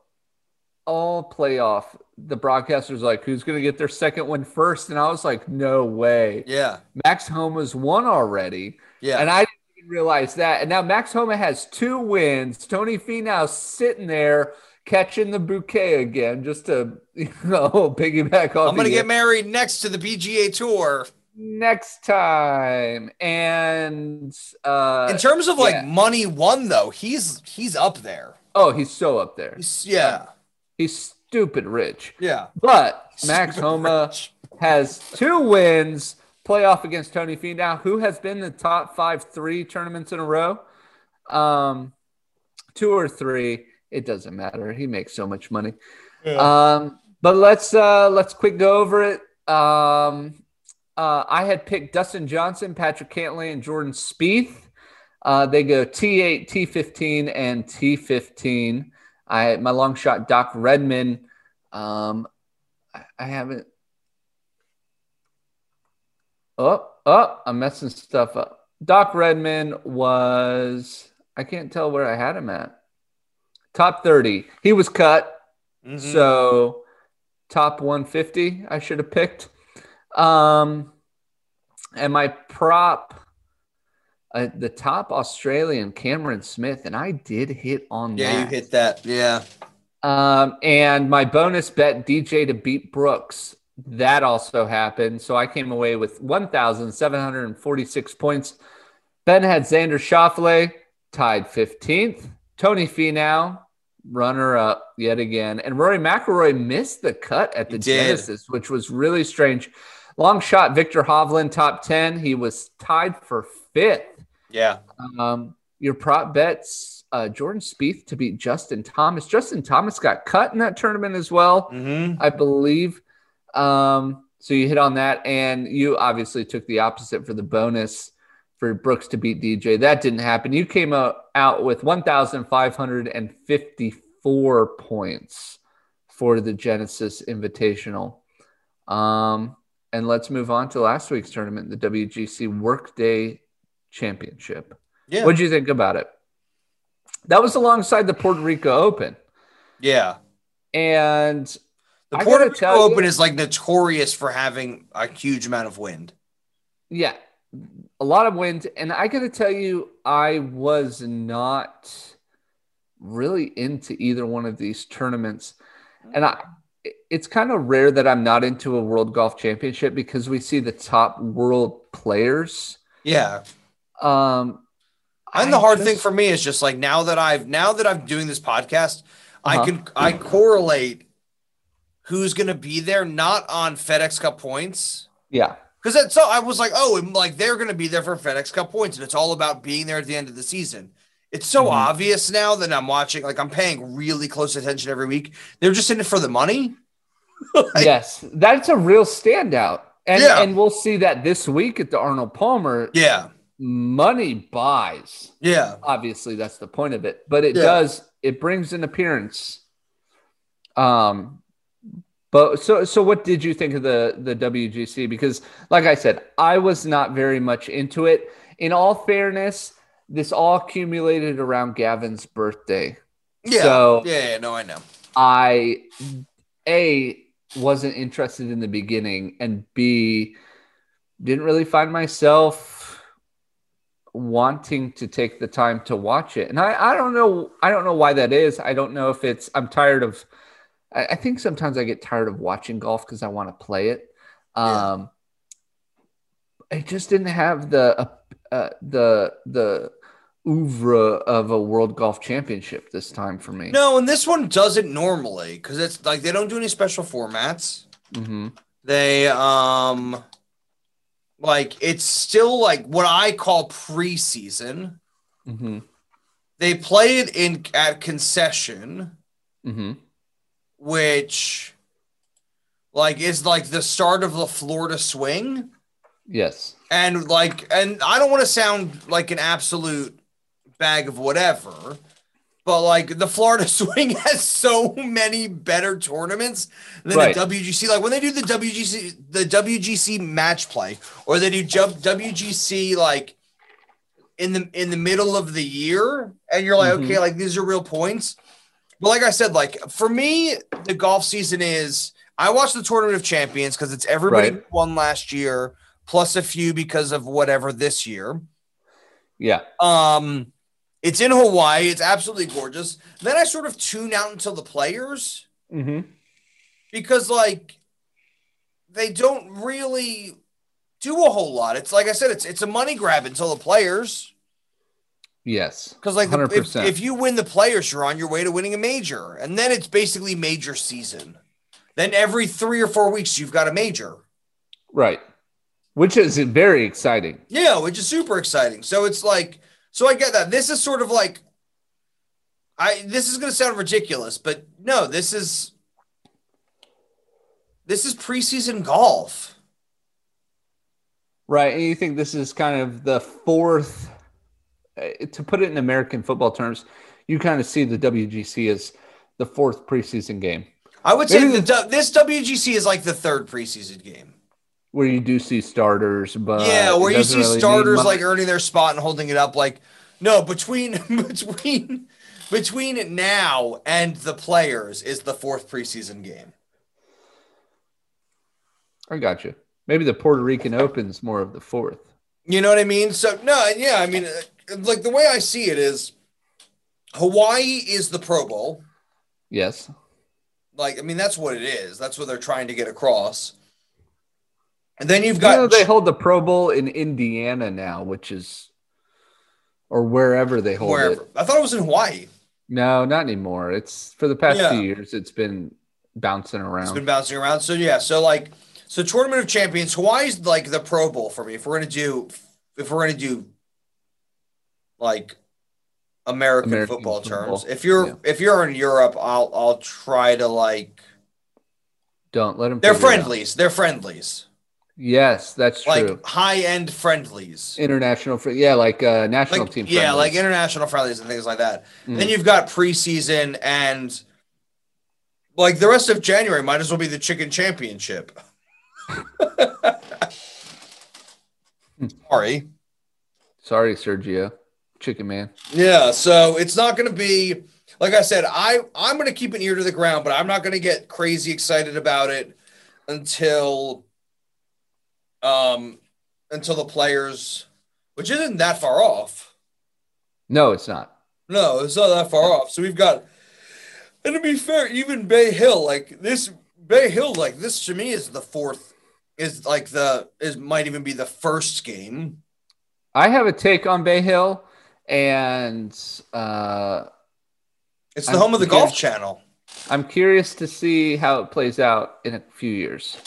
B: all playoff. The broadcaster's like, who's gonna get their second one first? And I was like, no way.
C: Yeah.
B: Max Homa's won already,
C: Yeah.
B: and I didn't even realize that. And now Max Homa has two wins. Tony Finau sitting there catching the bouquet again, just to <laughs> you know piggyback off.
C: I'm going to
B: the uh,
C: get married next to the PGA Tour.
B: next time, and uh,
C: In terms of like
B: yeah.
C: money won though, he's he's up there.
B: oh, he's so up there.
C: He's- yeah.
B: He's stupid rich,
C: Yeah.
B: but Max
C: Super
B: Homa
C: rich.
B: has two wins. Playoff against Tony Finau, who has been in the top five three tournaments in a row, um, two or three. It doesn't matter. He makes so much money. Um, but let's uh, let's quick go over it. Um, uh, I had picked Dustin Johnson, Patrick Cantlay, and Jordan Spieth. Uh, they go T8, T15, and T15. I my long shot Doc Redman. Um, I, I haven't. Oh, oh, I'm messing stuff up. Doc Redman was I can't tell where I had him at. Top 30. He was cut.
C: Mhm.
B: So top 150 I should have picked. Um and my prop uh, the top Australian Cameron Smith and I did hit on
C: yeah, you
B: that.
C: hit that. Yeah.
B: Um and my bonus bet DJ to beat Brooks. That also happened. So I came away with 1746 points. Ben had Xander Schauffele tied 15th. Tony Finau, runner up yet again. And Rory McIlroy missed the cut at the
C: He did.
B: Genesis, which was really strange. Long shot Victor Hovland, top 10. He was tied for fifth.
C: Yeah.
B: Um, your prop bets uh, Jordan Spieth to beat Justin Thomas. Justin Thomas got cut in that tournament as well.
C: Mhm.
B: I believe. Um, so you hit on that, and you obviously took the opposite for the bonus for Brooks to beat DJ. That didn't happen. You came out, out with 1,554 points for the Genesis Invitational. Um, and let's move on to last week's tournament, the WGC Workday Championship.
C: Yeah.
B: What would you think about it? That was alongside the Puerto Rico Open.
C: yeah.
B: And
C: The
B: I
C: Puerto
B: gotta
C: Rico
B: tell you-
C: Open is like notorious for having a huge amount of wind.
B: Yeah, a lot of wind. And I got to tell you, I was not really into either one of these tournaments. And I, it's kind of rare that I'm not into a World Golf Championship because we see the top world players.
C: Yeah.
B: Um,
C: And the
B: I
C: hard
B: just-
C: thing for me is just like now that I've now that I'm doing this podcast, I
B: Uh-huh.
C: can I correlate who's gonna be there, not on FedEx Cup points.
B: yeah,
C: Because that's so I was like, oh, and like they're gonna be there for FedEx Cup points, and it's all about being there at the end of the season. It's so
B: Mhm.
C: obvious now that I'm watching, like I'm paying really close attention every week. They're just in it for the money.
B: yes, that's a real standout. And,
C: Yeah.
B: and we'll see that this week at the Arnold Palmer.
C: Yeah,
B: Money buys.
C: yeah,
B: obviously that's the point of it but it
C: Yeah.
B: does it brings an appearance um But so so what did you think of the the WGC? Because like I said, I was not very much into it. In all fairness, this all accumulated around Gavin's birthday.
C: Yeah.
B: So-
C: yeah, yeah, no, I know.
B: I a wasn't interested in the beginning and B didn't really find myself wanting to take the time to watch it. And I, I don't know I don't know why that is. I don't know if it's I'm tired of I, I think sometimes I get tired of watching golf because I want to play it.
C: Yeah.
B: Um it just didn't have the uh, uh, the the oeuvre of a world golf championship this time for me.
C: No, and this one does it normally because it's like they don't do any special formats.
B: hmm
C: They um like it's still like what I call preseason.
B: hmm
C: They play it in at concession,
B: hmm
C: which like is like the start of the Florida swing.
B: Yes.
C: And like and I don't want to sound like an absolute bag of whatever, but like the Florida <laughs> swing has so many better tournaments than
B: Right.
C: the WGC. Like when they do the WGC the WGC match play or they do jump WGC like in the in the middle of the year and you're like
B: Mhm.
C: okay like these are real points. But like I said like for me the golf season is I watch the Tournament of Champions cuz it's everybody
B: Right.
C: who won last year plus a few because of whatever this year.
B: Yeah.
C: Um, it's in Hawaii. It's absolutely gorgeous. Then I sort of tune out until the players
B: Mm-hmm.
C: because like they don't really do a whole lot. It's like I said, it's it's a money grab until the players
B: Yes.
C: because like the, if,
B: 100%.
C: if you win the players, you're on your way to winning a major, and then it's basically major season. Then every three or four weeks, you've got a major.
B: Right. Which is very exciting.
C: Yeah, which is super exciting. So it's like, so I get that. This is sort of like, I this is going to sound ridiculous, but no, this is this is preseason golf.
B: Right. And you think this is kind of the fourth, uh, to put it in American football terms, you kind of see the WGC as the fourth preseason game
C: I would say
B: Maybe
C: the, du- this WGC is like the third preseason game.
B: where you do see starters, but
C: yeah,
B: Uh, it
C: where you
B: doesn't
C: see
B: really mean
C: starters
B: much.
C: like earning their spot and holding it up. Like, no, between <laughs> between between now and the players is the fourth preseason game.
B: I got you. Maybe the Puerto Rican Open's more of the fourth.
C: You know what I mean? So no, yeah, I mean, uh, like the way I see it is, Hawaii is the Pro Bowl.
B: Yes.
C: Like, I mean, that's what it is. That's what they're trying to get across. And then you've
B: You know,
C: got
B: they hold the Pro Bowl in Indiana now, which is, or wherever they hold it.
C: wherever. I thought it was in Hawaii.
B: No, not anymore. It's for the past
C: Yeah.
B: few years. It's been bouncing
C: It's
B: around.
C: been bouncing around. So yeah, so like, so Tournament of Champions, Hawaii's like the Pro Bowl for me. If we're gonna do, if we're gonna do, like, American,
B: American
C: football,
B: football.
C: terms. If you're
B: Yeah.
C: if you're in Europe, I'll I'll try to like.
B: Don't let them.
C: They're friendlies. They're friendlies.
B: Yes, that's
C: like
B: true.
C: high end friendlies.
B: International, fr- yeah, like uh, national
C: Like,
B: team.
C: yeah, like
B: friendlies.
C: international friendlies and things like that.
B: Mhm.
C: Then you've got preseason and like the rest of January might as well be the chicken championship.
B: Hmm.
C: Sorry.
B: Sorry, Sergio, Chicken Man.
C: Yeah, so it's not going to be like I said I I'm going to keep an ear to the ground, but I'm not going to get crazy excited about it until um until the players which isn't that far off.
B: No, it's not.
C: No, it's not that far off. So we've got, and to be fair, even Bay Hill, like this Bay Hill, like this to me is the fourth, is like the is might even be the first game.
B: I have a take on Bay Hill, and uh,
C: It's the
B: I'm
C: home of the Golf
B: confused.
C: Channel.
B: I'm curious to see how it plays out in a few years.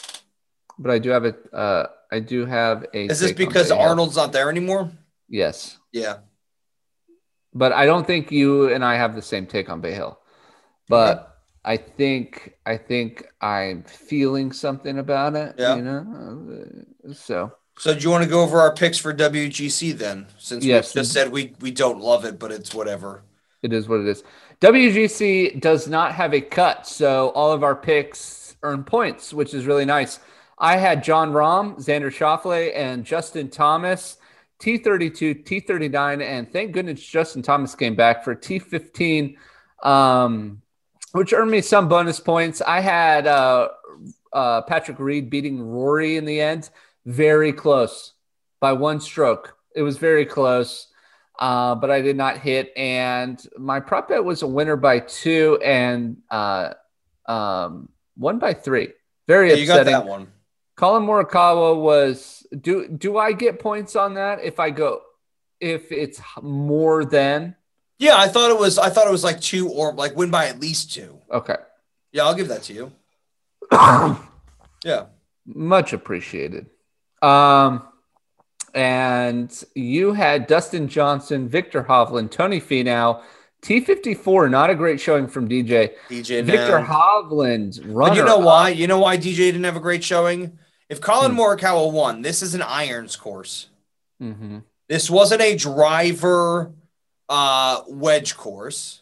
B: But I do have a. Uh, I do have a.
C: Is this
B: take on
C: because
B: Bay Hill.
C: Arnold's not there anymore?
B: Yes.
C: Yeah,
B: but I don't think you and I have the same take on Bay Hill. But I think I think I'm feeling something about it.
C: Yeah.
B: You know. Uh, So
C: So do you want to go over our picks for WGC then? Since
B: Yes.
C: we just said we we don't love it, but it's whatever.
B: it is what it is. WGC does not have a cut, so all of our picks earn points, which is really nice. I had John Rahm, Xander Schauffele, and Justin Thomas, T32, T39, and thank goodness Justin Thomas came back for T15, um, which earned me some bonus points. I had uh, uh, Patrick Reed beating Rory in the end, very close by one stroke. It was very close, uh, but I did not hit. And my prop bet was a winner by two and uh, um, one by three. Very
C: Yeah, you got
B: upsetting.
C: that one.
B: Colin Morikawa was do do I get points on that if I go if it's more than
C: Yeah, I thought it was. I thought it was like two or like win by at least two.
B: okay
C: Yeah, I'll give that to you. Yeah.
B: much appreciated um and you had Dustin Johnson Victor Hovland Tony Finau T54 not a great showing from DJ
C: DJ
B: Victor
C: now.
B: Hovland runner
C: uh, But you know why? You know why DJ didn't have a great showing? If Colin Morikawa won, this is an irons course.
B: Mhm.
C: This wasn't a driver uh, wedge course.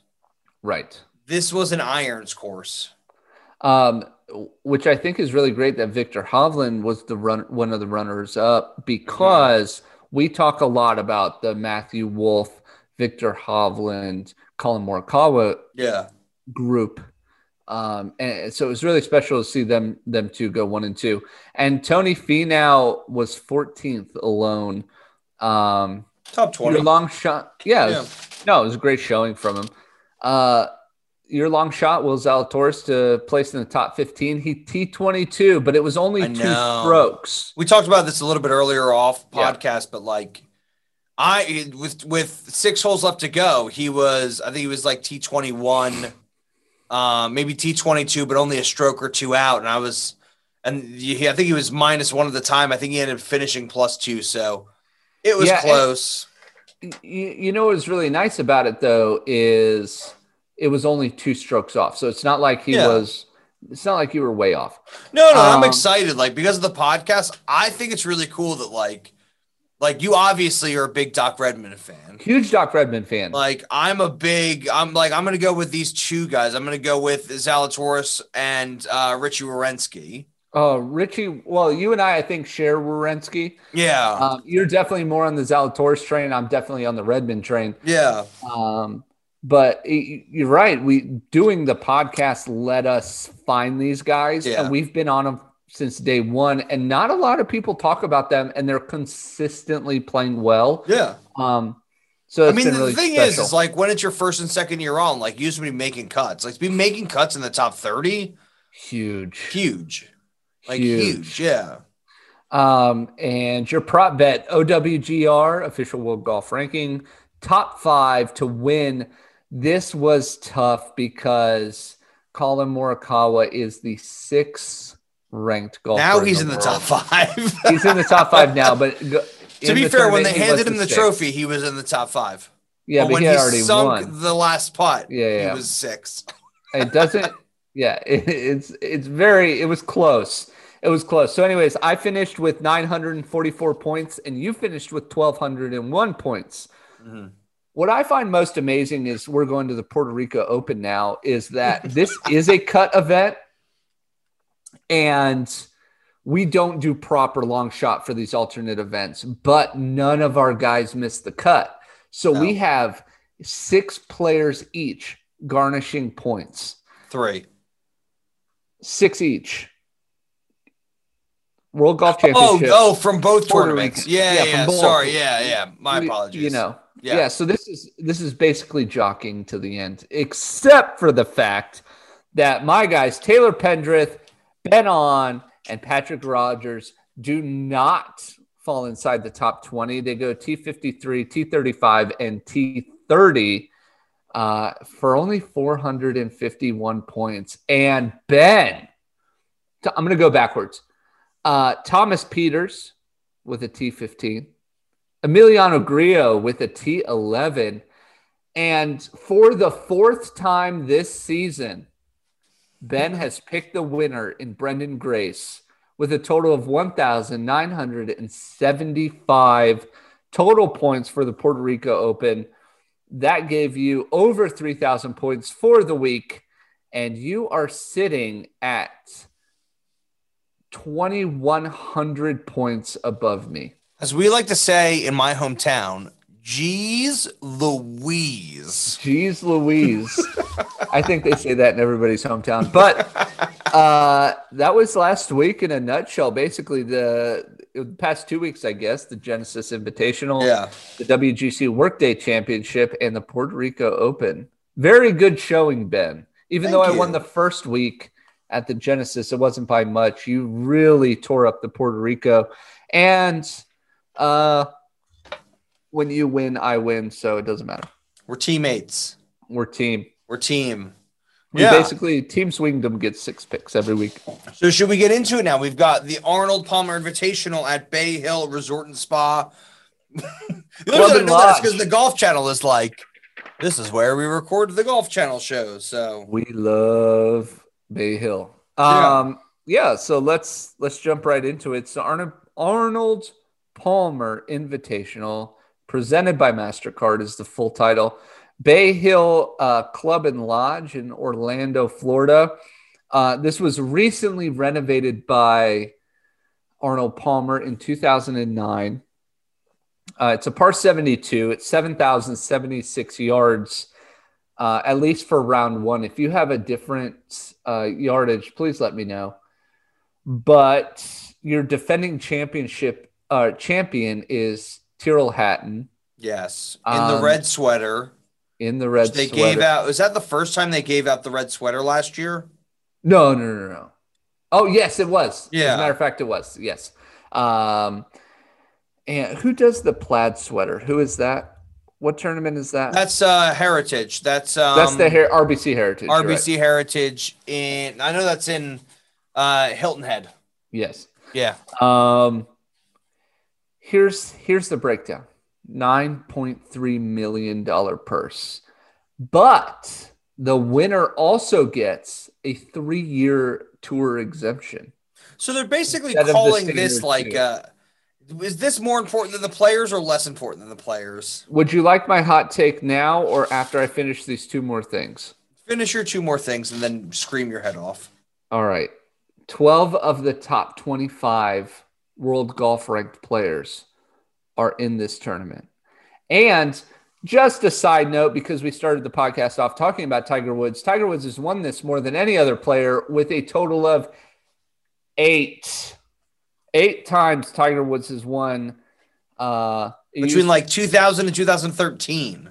B: right
C: This was an irons course.
B: um, which I think is really great that Victor Hovland was the run one of the runners up because we talk a lot about the Matthew Wolf, Victor Hovland, Colin Morikawa
C: Yeah.
B: group. Um, and so it was really special to see them them two go one and two. And Tony Finau was 14th alone. Um,
C: Top 20.
B: your long shot, yeah, it
C: Yeah.
B: was- no, it was a great showing from him. Uh, your long shot will Zalatoris to place in the top fifteen. He T twenty two, but it was only
C: I
B: two
C: know.
B: strokes.
C: we talked about this a little bit earlier off
B: Yeah.
C: podcast, but like I with with six holes left to go, he was I think he was like T twenty one, uh, maybe T twenty two, but only a stroke or two out, and I was and he, I think he was minus one at the time. I think he ended up finishing plus two, so it was
B: Yeah, and-
C: close.
B: Y- You, know what was really nice about it though is it was only two strokes off, so it's not like he
C: Yeah.
B: was. It's not like you were way off.
C: No, no,
B: Um,
C: I'm excited. Like because of the podcast, I think it's really cool that like like you obviously are a big Doc Redman fan.
B: Huge Doc Redman fan.
C: Like I'm a big, I'm like I'm gonna go with these two guys. I'm gonna go with Zalatoris and uh, Richie Wierenski.
B: Uh, Richie, well, you and I, I think, share Wierenski.
C: Yeah,
B: Um, you're definitely more on the Zalatoris train. I'm definitely on the Redman train.
C: yeah,
B: Um, but y- you're right. We doing the podcast let us find these guys,
C: Yeah.
B: and we've been on them since day one. And not a lot of people talk about them, and they're consistently playing well.
C: yeah.
B: Um, so
C: I
B: it's
C: mean,
B: been
C: the
B: really
C: thing is,
B: special.
C: is like when it's your first and second year on, like you just be making cuts. Like to be making cuts in the top thirty,
B: huge,
C: huge, like huge. Yeah,
B: Um, and your prop bet OWGR official world golf ranking top five to win. This was tough because Colin Morikawa is the sixth ranked golfer.
C: now he's in the
B: world.
C: top five.
B: <laughs>
C: <laughs>
B: he's in the top five now. But go,
C: to
B: in
C: be
B: the
C: fair,
B: tournament,
C: when they
B: he was
C: handed him the
B: sixth.
C: trophy, he was in the top five.
B: yeah,
C: but
B: but
C: when
B: he
C: he,
B: had already
C: sunk
B: won.
C: the last putt,
B: Yeah, yeah.
C: he was sixth.
B: It doesn't. <laughs> Yeah, it, it's it's very. It was close. It was close. So, anyways, I finished with 944 points, and you finished with 1,201 points. Mm-hmm.
C: Mhm.
B: What I find most amazing is we're going to the Puerto Rico Open now. Is
C: <laughs>
B: that this is a cut event, and we don't do proper long shot for these alternate events, but none of our guys missed the cut. So
C: No.
B: we have six players each garnishing points,
C: Three.
B: six each. World Golf
C: Oh,
B: Championship.
C: oh, from both
B: Puerto
C: tournaments.
B: Rico.
C: Yeah,
B: Yeah,
C: yeah.
B: from both.
C: Sorry. Yeah, yeah. My
B: We-
C: apologies.
B: You know, yeah.
C: Yeah.
B: So this is this is basically jockeying to the end, except for the fact that my guys Taylor Pendrith, Ben On, and Patrick Rogers do not fall inside the top twenty. They go T fifty three, T thirty five, and T thirty. Uh, for only 451 points. And Ben, t- I'm going to go backwards. Uh, Thomas Peters with a T15. Emiliano Grillo with a T11. And for the fourth time this season, Ben has picked the winner in Brendan Grace with a total of 1,975 total points for the Puerto Rico Open. That gave you over 3,000 points for the week. And you are sitting at 2,100 points above me.
C: As we like to say in my hometown, Jeez Louise.
B: Jeez Louise. I think they say that in everybody's hometown. But uh, that was last week in a nutshell. Basically, the, the past two weeks, I guess, the Genesis Invitational,
C: Yeah.
B: the WGC Workday Championship, and the Puerto Rico Open. Very good showing, Ben. Even
C: Thank
B: though I
C: you.
B: won the first week at the Genesis, it wasn't by much. You really tore up the Puerto Rico. And uh, when you win, I win. So it doesn't matter.
C: We're teammates.
B: We're team.
C: We're team.
B: We
C: Yeah.
B: basically Team Swingdom gets six picks every week.
C: So should we get into it now? We've got the Arnold Palmer Invitational at Bay Hill Resort and Spa. <laughs> the
B: Club
C: only reason I
B: and
C: know that is
B: Lodge.
C: because the Golf Channel is like, this is where we record the Golf Channel show. So
B: We love Bay Hill.
C: Yeah.
B: Um, yeah. So let's let's jump right into it. So Arnold Arnold Palmer Invitational, presented by Mastercard, is the full title. Bay Hill uh, Club and Lodge in Orlando, Florida. Uh, this was recently renovated by Arnold Palmer in 2009. Uh, it's a par 72. It's 7,076 yards, uh, at least for round one. If you have a different uh, yardage, please let me know. But your defending championship uh, champion is Tyrrell Hatton
C: yes, in the
B: Um,
C: red sweater,
B: in the
C: which
B: red
C: they
B: sweater.
C: gave out. Was that the first time they gave out the red sweater last year?
B: No, no, no, no. Oh, yes, it was. As
C: Yeah.
B: a matter of fact, it was. Yes. Um, and who does the plaid sweater? Who is that? What tournament is that?
C: That's uh Heritage. That's um
B: That's the her- RBC Heritage. you're right.
C: RBC Heritage in I know that's in uh Hilton Head.
B: Yes.
C: Yeah.
B: Um, here's here's the breakdown: nine point three million dollar purse, but the winner also gets a three year tour exemption.
C: So they're basically
B: Instead of the
C: calling this
B: standard
C: like
B: two.
C: uh is this more important than the players or less important than the players?
B: Would you like my hot take now or after I finish these two more things?
C: Finish your two more things and then scream your head off.
B: All right. 12 of the top 25 world golf ranked players are in this tournament. And just a side note, because we started the podcast off talking about Tiger Woods, Tiger Woods has won this more than any other player with a total of eight. Eight times Tiger Woods has won. Uh, it
C: Between like 2000 and 2013.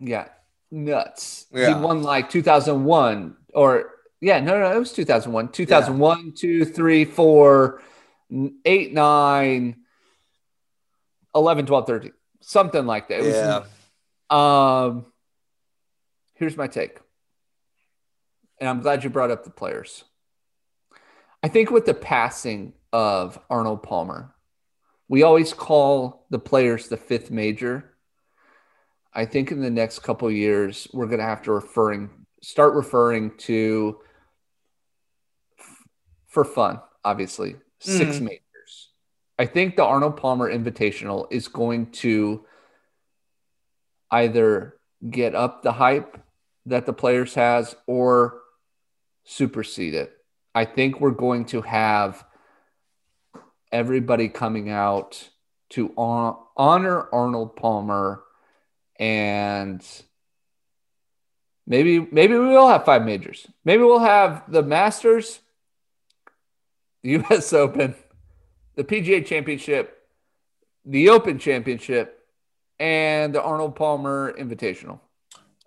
B: yeah. Nuts.
C: Yeah.
B: He won like 2001 or yeah, no, no, it was 2001. 2001, 2, 3, 4, n- 8, 9, 11, 12, 13. Something like that. It was
C: Yeah.
B: um, here's my take. And I'm glad you brought up the players. I think with the passing of Arnold Palmer, we always call the players the fifth major. I think in the next couple years, we're going to have to referring start referring to f- for fun, obviously, 6
C: Mhm.
B: majors. I think the Arnold Palmer Invitational is going to either get up the hype that the players has or supersede it. I think we're going to have everybody coming out to hon- honor Arnold Palmer and maybe maybe we will have five majors. Maybe we'll have the Masters, the US <laughs> Open, the PGA Championship, the Open Championship, and the Arnold Palmer Invitational.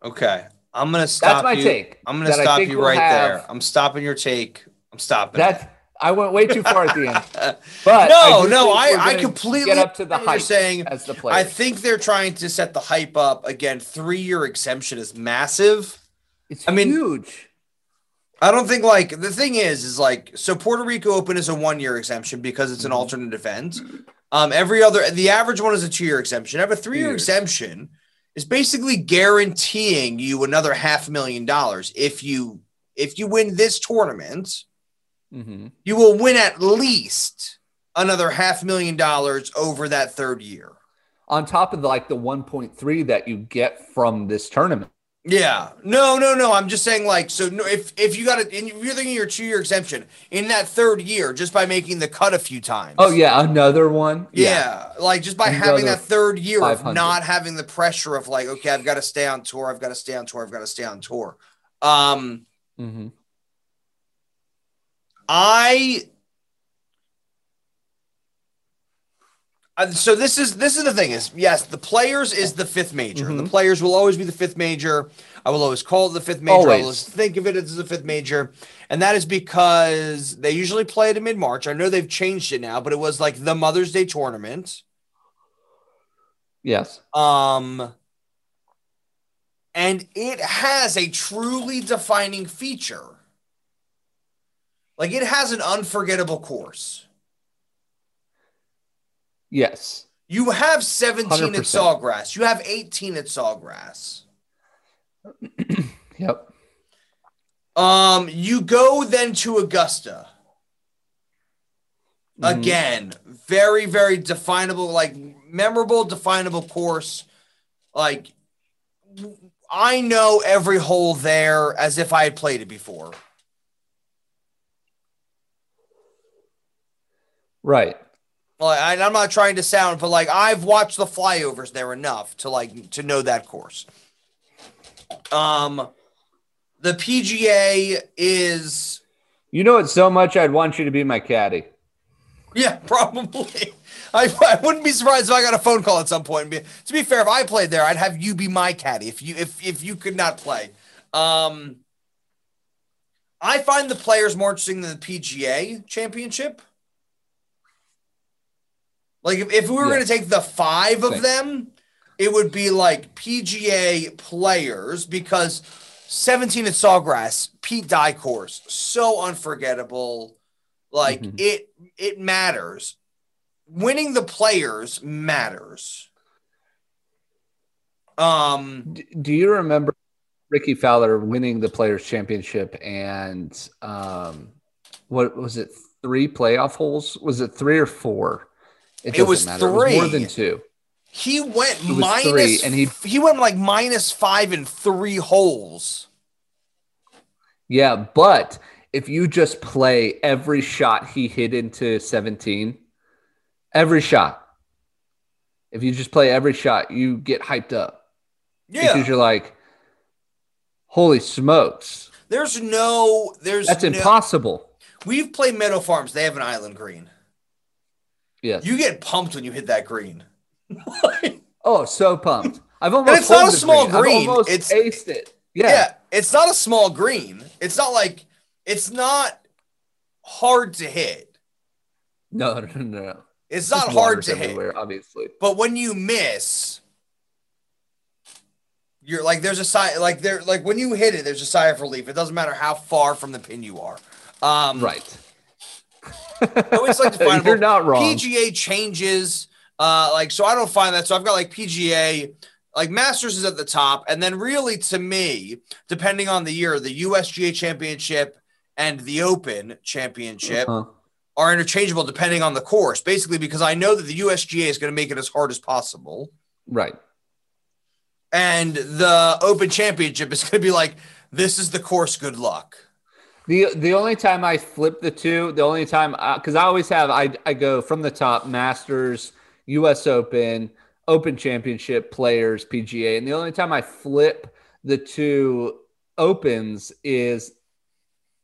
C: Okay. I'm going to
B: That's
C: stop
B: my
C: you.
B: take.
C: I'm going to
B: that I
C: stop
B: think
C: you
B: we'll
C: right there.
B: have.
C: I'm stopping your take. I'm stopping. it.
B: That I went way too far at the end.
C: <laughs>
B: But
C: no,
B: do
C: no,
B: think we're
C: I, I
B: gonna
C: completely
B: get up to the
C: understand what you're
B: hype
C: saying
B: as the player.
C: I think they're trying to set the hype up again. Three year exemption is massive.
B: it's
C: I mean-
B: huge.
C: I don't think like the thing is is like so Puerto Rico Open is a one year exemption because
B: Mm-hmm.
C: it's an alternate event. Um, every other the average one is a two year exemption. Have a three year
B: years.
C: exemption is basically guaranteeing you another half million dollars if you if you win this tournament,
B: Mm-hmm.
C: you will win at least another half million dollars over that third year.
B: On top of like the 1.3 that you get from this tournament.
C: Yeah. No, no, no. I'm just saying, like, so no, if if you got it, if you're thinking your two year exemption in that third year, just by making the cut a few times.
B: Oh yeah, another one.
C: Yeah. Like just by having
B: Another
C: that third year of
B: 500.
C: not having the pressure of like, okay, I've got to stay on tour, I've got to stay on tour, I've got to stay on tour. Um,
B: hmm
C: I. Uh, So this is this is the thing is yes the players is the fifth major the
B: Mhm.
C: players will always be the fifth major I will always call it the fifth major I will
B: Always.
C: always think of it as the fifth major and that is because they usually play it in mid March I know they've changed it now but it was like the Mother's Day tournament
B: Yes.
C: um and it has a truly defining feature like it has an unforgettable course.
B: Yes.
C: You have 17 at
B: 100%.
C: Sawgrass. You have 18 at Sawgrass.
B: Yep.
C: Um, you go then to Augusta.
B: Mhm.
C: Again, very, very definable, like memorable, definable course. Like I know every hole there as if I had played it before.
B: Right.
C: Like, I, I'm not trying to sound, but like I've watched the flyovers there enough to like to know that course. Um, the PGA is
B: You know it so much. I'd want you to be my caddy.
C: Yeah, <laughs> probably. I, I wouldn't be surprised if I got a phone call at some point. and be- To be fair, if I played there, I'd have you be my caddy if you if if you could not play. Um, I find the players more interesting than the PGA Championship. Like if, if we were
B: Yeah.
C: going to take the five of
B: Same.
C: them, it would be like PGA players because 17 at Sawgrass, Pete Dye course, so unforgettable. Like
B: Mhm.
C: it it matters. Winning the players matters. Um
B: D- do you remember Ricky Fowler winning the Players Championship and um, what was it? Three playoff holes? Was it three or four?
C: It was
B: more
C: three.
B: than two.
C: he went
B: was
C: minus-
B: three, and he-
C: he went like minus 5 in 3 holes.
B: Yeah, but if you just play every shot he hit into 17, every shot. If you just play every shot, you get hyped up because you're like, "Holy smokes,
C: There's no there's
B: that's
C: no,
B: impossible!"
C: We've played Meadow Farms. They have an island green.
B: Yes.
C: You get pumped when you hit that green. <laughs>
B: Oh, so pumped. I've almost
C: it's not
B: pulled
C: a
B: the
C: small green,
B: I've almost
C: it's-
B: aced it. Yeah.
C: Yeah. it's not a small green. It's not like it's not hard to hit.
B: No, <laughs> no, no, no.
C: It's
B: Just
C: not hard
B: waters
C: to hit.
B: everywhere, obviously.
C: But when you miss, you're like there's a sigh like there like when you hit it, there's a sigh of relief. It doesn't matter how far from the pin you are. Um,
B: Right. <laughs>
C: always like to find
B: You're
C: both
B: not wrong.
C: PGA changes. Uh, like so, I don't find that. So I've got like PGA, like Masters is at the top, and then really to me, depending on the year, the USGA Championship and the Open Championship
B: Uh-huh.
C: are interchangeable depending on the course. Basically, because I know that the USGA is going to make it as hard as possible,
B: Right.
C: and the Open Championship is going to be like, this is the course. Good luck.
B: The the only time I flip the two, the only time because I always have I I go from the top Masters, U.S. Open, Open Championship, Players, PGA, and the only time I flip the two opens is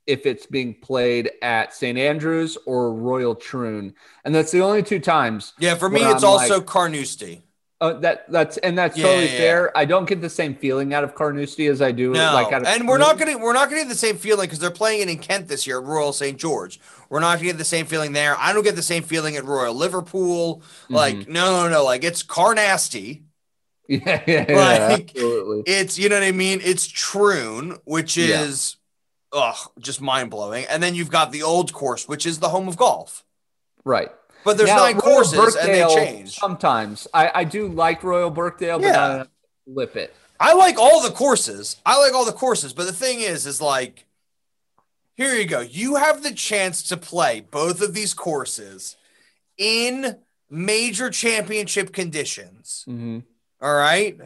B: if it's being played at St Andrews or Royal Troon, and that's the only two times
C: Yeah, for me,
B: Where
C: it's
B: I'm
C: also Carnoustie.
B: uh, that that's and that's
C: Yeah,
B: totally
C: yeah, yeah.
B: fair. I don't get the same feeling out of Carnoustie as I do
C: No,
B: like out of
C: and we're not gonna we're not gonna get the same feeling because they're playing it in Kent this year at Royal St George. We're not gonna get the same feeling there. I don't get the same feeling at Royal Liverpool.
B: Mm-hmm.
C: Like no, no, no. Like it's Carnasty.
B: <laughs> yeah, yeah, yeah,
C: Like-
B: absolutely.
C: It's you know what I mean. It's Troon, which
B: Yeah.
C: is ugh, just mind blowing. And then you've got the old course, which is the home of golf.
B: Right.
C: But there's
B: Now,
C: nine
B: Royal
C: courses, and they
B: Birkdale,
C: change.
B: Sometimes I, I do like Royal Birkdale, but
C: Yeah.
B: I don't flip it.
C: I like all the courses. I like all the courses, but the thing is, is like, here you go. You have the chance to play both of these courses in
B: Mm-hmm.
C: major championship conditions. All right.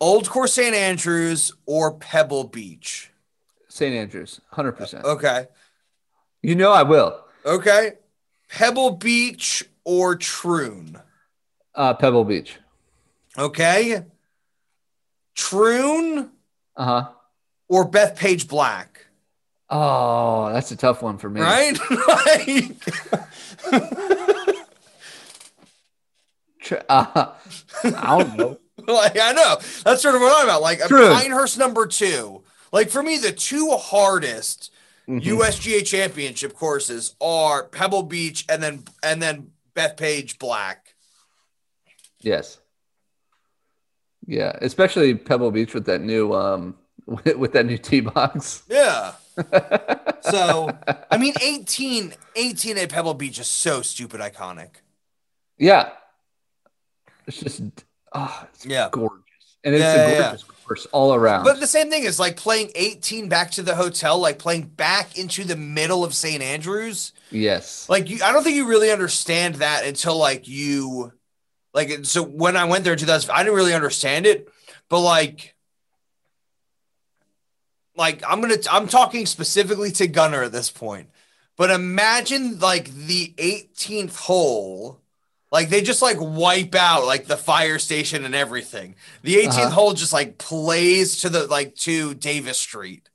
C: Old Course St. Andrews or Pebble Beach?
B: St. Andrews, 100%.
C: Okay.
B: You know I will.
C: Okay. Pebble Beach or Troon?
B: Uh, Pebble Beach.
C: Okay. Troon
B: Uh huh.
C: or Beth Page Black?
B: Oh, that's a tough one for me.
C: Right? <laughs> like,
B: Tr- <laughs> Uh, I don't
C: <laughs>
B: know.
C: like, I know. That's sort of what I'm about. Like
B: True.
C: Pinehurst number two. Like for me, the two hardest
B: Mm-hmm.
C: USGA championship courses are Pebble Beach and then and then Bethpage Black.
B: Yes. Yeah, especially Pebble Beach with that new um <laughs> with, with that new tee box.
C: Yeah. so I mean 18 18 at Pebble Beach is so stupid iconic.
B: Yeah. It's just ah, it's
C: Yeah.
B: gorgeous. And it's
C: Yeah, yeah,
B: a
C: yeah.
B: gorgeous course all around.
C: But the same thing is like playing 18 back to the hotel, like playing back into the middle of St. Andrews.
B: yes.
C: Like you, I don't think you really understand that until like you, like so. When I went there in 2000, I didn't really understand it, but like, like I'm gonna, I'm talking specifically to Gunner at this point. But imagine like the 18th hole, like they just like wipe out like the fire station and everything. The 18th
B: Uh-huh.
C: hole just like plays to the like to Davis Street.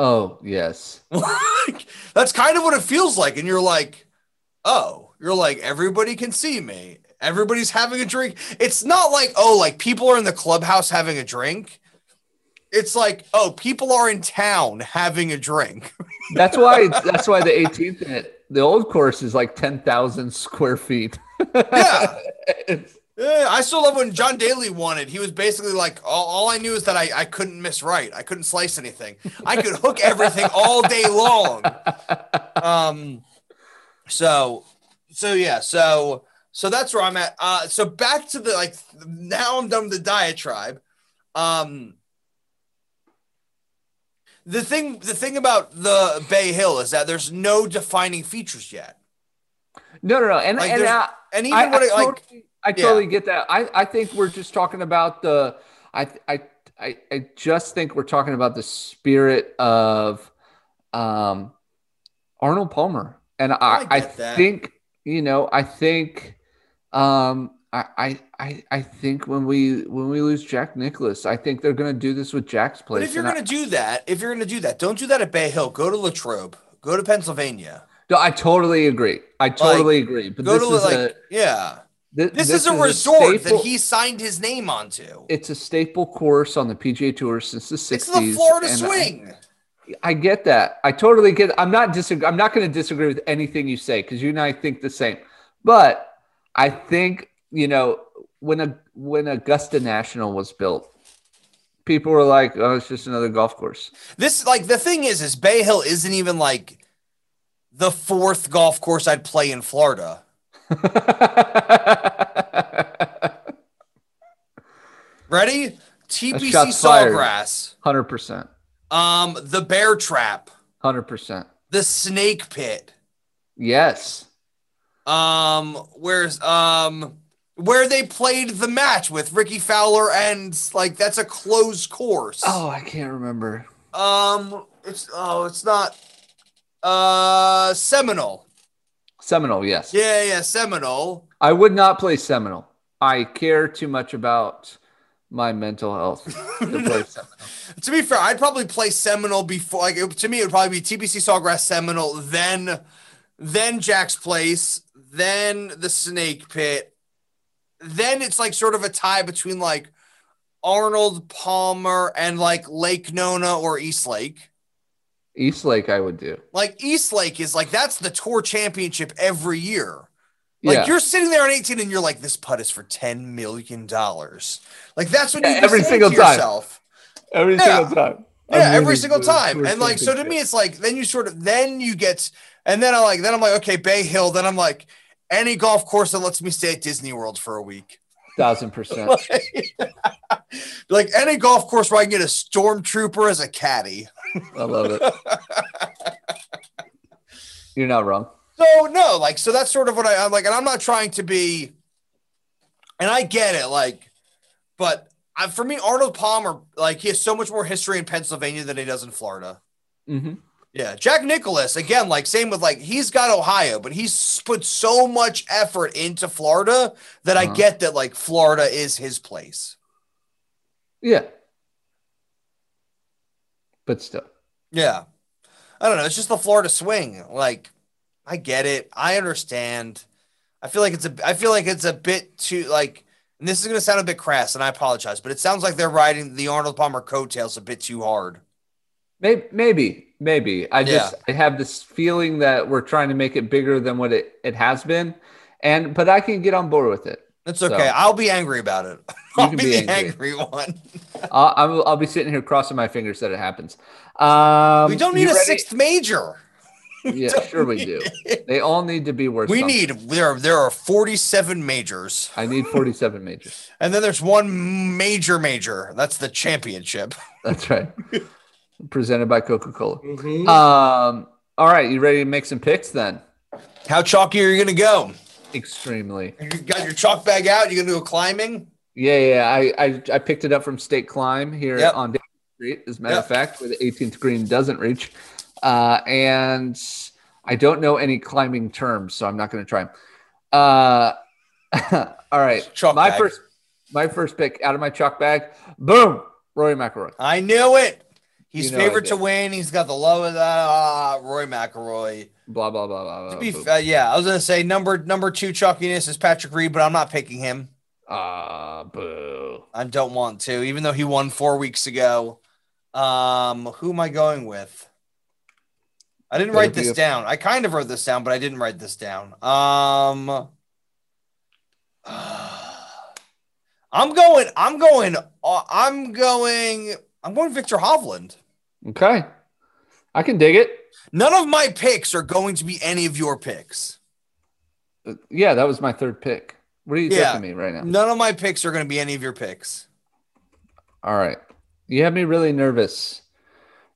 B: oh, yes.
C: <laughs> Like, that's kind of what it feels like. And you're like, oh, you're like, everybody can see me. Everybody's having a drink. It's not like, oh, like people are in the clubhouse having a drink. It's like, oh, people are in town having a drink.
B: That's why that's why the 18th at the old course is like 10,000 square feet.
C: Yeah. <laughs>
B: It's-
C: Yeah, I still love when John Daly won it. He was basically like, all, all I knew is that I, I couldn't miss right. I couldn't slice anything. I could hook everything all day long. Um, so, so yeah, so so that's where I'm at. Uh, so back to the like now I'm done with the diatribe. Um, the thing the thing about the Bay Hill is that there's no defining features yet,
B: no, no, no. And
C: Like,
B: and
C: there's-
B: I,
C: and even
B: I,
C: when
B: I
C: it, like
B: totally, I totally get that. I, I think we're just talking about the I I I, I just think we're talking about the spirit of um, Arnold Palmer, and I
C: I
B: I,
C: get that.
B: think you know I think um, I, I I I think when we when we lose Jack Nicholas, I think they're going to do this with Jack's
C: But
B: place.
C: if you're
B: and I-
C: gonna do that, if you're gonna do that, don't do that at Bay Hill. Go to Latrobe. Go to Pennsylvania.
B: no, I totally agree. I totally agree. But
C: Go
B: this
C: to
B: is
C: like
B: a
C: yeah.
B: thi-
C: This, is a resort that he signed his name onto.
B: it's a staple course on the PGA Tour since the 60s.
C: It's the Florida
B: and I-
C: Swing.
B: I, get that. I totally get I'm not disagree I'm not going to disagree with anything you say cuz you and I think the same. But I think, you know, when a when Augusta National was built, people were like, "Oh, it's just another golf course." <laughs>
C: This like the thing is, is Bay Hill isn't even like the fourth golf course I'd play in Florida.
B: Hundred
C: Ready? TPC
B: shots fired.
C: Sawgrass.
B: percent,
C: Um, the Bear Trap.
B: hundred percent.
C: The Snake Pit.
B: Yes,
C: Um, where's um where they played the match with Ricky Fowler and like that's a closed course.
B: Oh, I can't remember.
C: Um it's oh it's not uh Seminole.
B: Seminole, yes.
C: Yeah, yeah, Seminole.
B: I would not play Seminole. I care too much about my mental health to
C: <laughs>
B: play Seminole.
C: To be fair, I'd probably play Seminole before like it, to me it would probably be TPC Sawgrass Seminole, then then Jack's Place, then the Snake Pit. Then it's like sort of a tie between like Arnold Palmer and like Lake Nona or East Lake.
B: East Lake, I would do.
C: Like East Lake is like that's the tour championship every year. Like
B: yeah,
C: you're sitting there at 18 and you're like, this putt is for 10 million dollars. Like that's what
B: Yeah,
C: you every single time. Yourself.
B: every
C: yeah.
B: single time. I'm
C: Yeah, every
B: rooting
C: single
B: for the
C: time.
B: Tour
C: And like so to
B: Championship.
C: me, it's like then you sort of then you get and then I like then I'm like, okay, Bay Hill. Then I'm like, any golf course that lets me stay at Disney World for a week.
B: thousand
C: <laughs>
B: percent.
C: like like any golf course where I can get a stormtrooper as a caddy.
B: I love it. You're not wrong.
C: So no, like so that's sort of what I, I'm like, and I'm not trying to be, and I get it, like, but I, for me, Arnold Palmer, like he has so much more history in Pennsylvania than he does in Florida.
B: hmm
C: Yeah, Jack Nicholas again, like same with like he's got Ohio, but he's put so much effort into Florida that I
B: Uh-huh.
C: get that like Florida is his place.
B: Yeah. But still.
C: Yeah, I don't know. It's just the Florida swing. Like, I get it. I understand. I feel like it's a. I feel like it's a bit too like. And this is gonna sound a bit crass, and I apologize, but it sounds like they're riding the Arnold Palmer coattails a bit too hard.
B: Maybe, maybe, maybe. I just I have this feeling that we're trying to make it bigger than what it, it has been, and but I can get on board with it.
C: That's
B: So-
C: okay. I'll be angry about it. <laughs> I'll
B: can
C: be,
B: be
C: the angry, one.
B: I'll, I'll, I'll be sitting here crossing my fingers that it happens. Um,
C: we don't
B: you
C: need a
B: ready?
C: <laughs> sixth major.
B: Yeah, sure we
C: <laughs>
B: do. They all need to be worth.
C: We
B: something.
C: need there. Are, there are forty-seven majors,
B: I need forty-seven majors.
C: and then there's one major major. That's the championship.
B: That's
C: <laughs>
B: right. Presented by Coca Cola.
C: Mm-hmm.
B: Um, all right, you ready to make some picks then?
C: How chalky are you gonna go?
B: Extremely.
C: You got your chalk bag out. You gonna go climbing?
B: Yeah, yeah. I, I, I picked it up from State Climb here
C: Yep.
B: on Dayton Street, as a matter
C: Yep.
B: of fact, where the 18th green doesn't reach. Uh, and I don't know any climbing terms, so I'm not going to try them. Uh, <laughs> all right.
C: Chalk
B: my
C: bag.
B: first, my first pick out of my chalk bag. Boom, Rory McIlroy.
C: I knew it. He's
B: You know I
C: favored to
B: did.
C: win. He's got the lowest. Ah, Roy McElroy.
B: Blah blah blah blah.
C: To
B: blah
C: be
B: boom.
C: fa- yeah, I was gonna say number number two chalkiness is Patrick Reed, but I'm not picking him.
B: Ah, boo.
C: I don't want to, even though he won four weeks ago. Um, who am I going with? I didn't
B: Better
C: write
B: be
C: this
B: a-
C: down. I kind of wrote this down, but I didn't write this down. Um, <sighs> I'm going. I'm going. uh, I'm going. I'm going Victor Hovland.
B: Okay, I can dig it.
C: None of my picks are going to be any of your picks.
B: Uh, Yeah, that was my third pick. What are you
C: Yeah.
B: taking me right now?
C: None of my picks are going to be any of your picks.
B: All right. You have me really nervous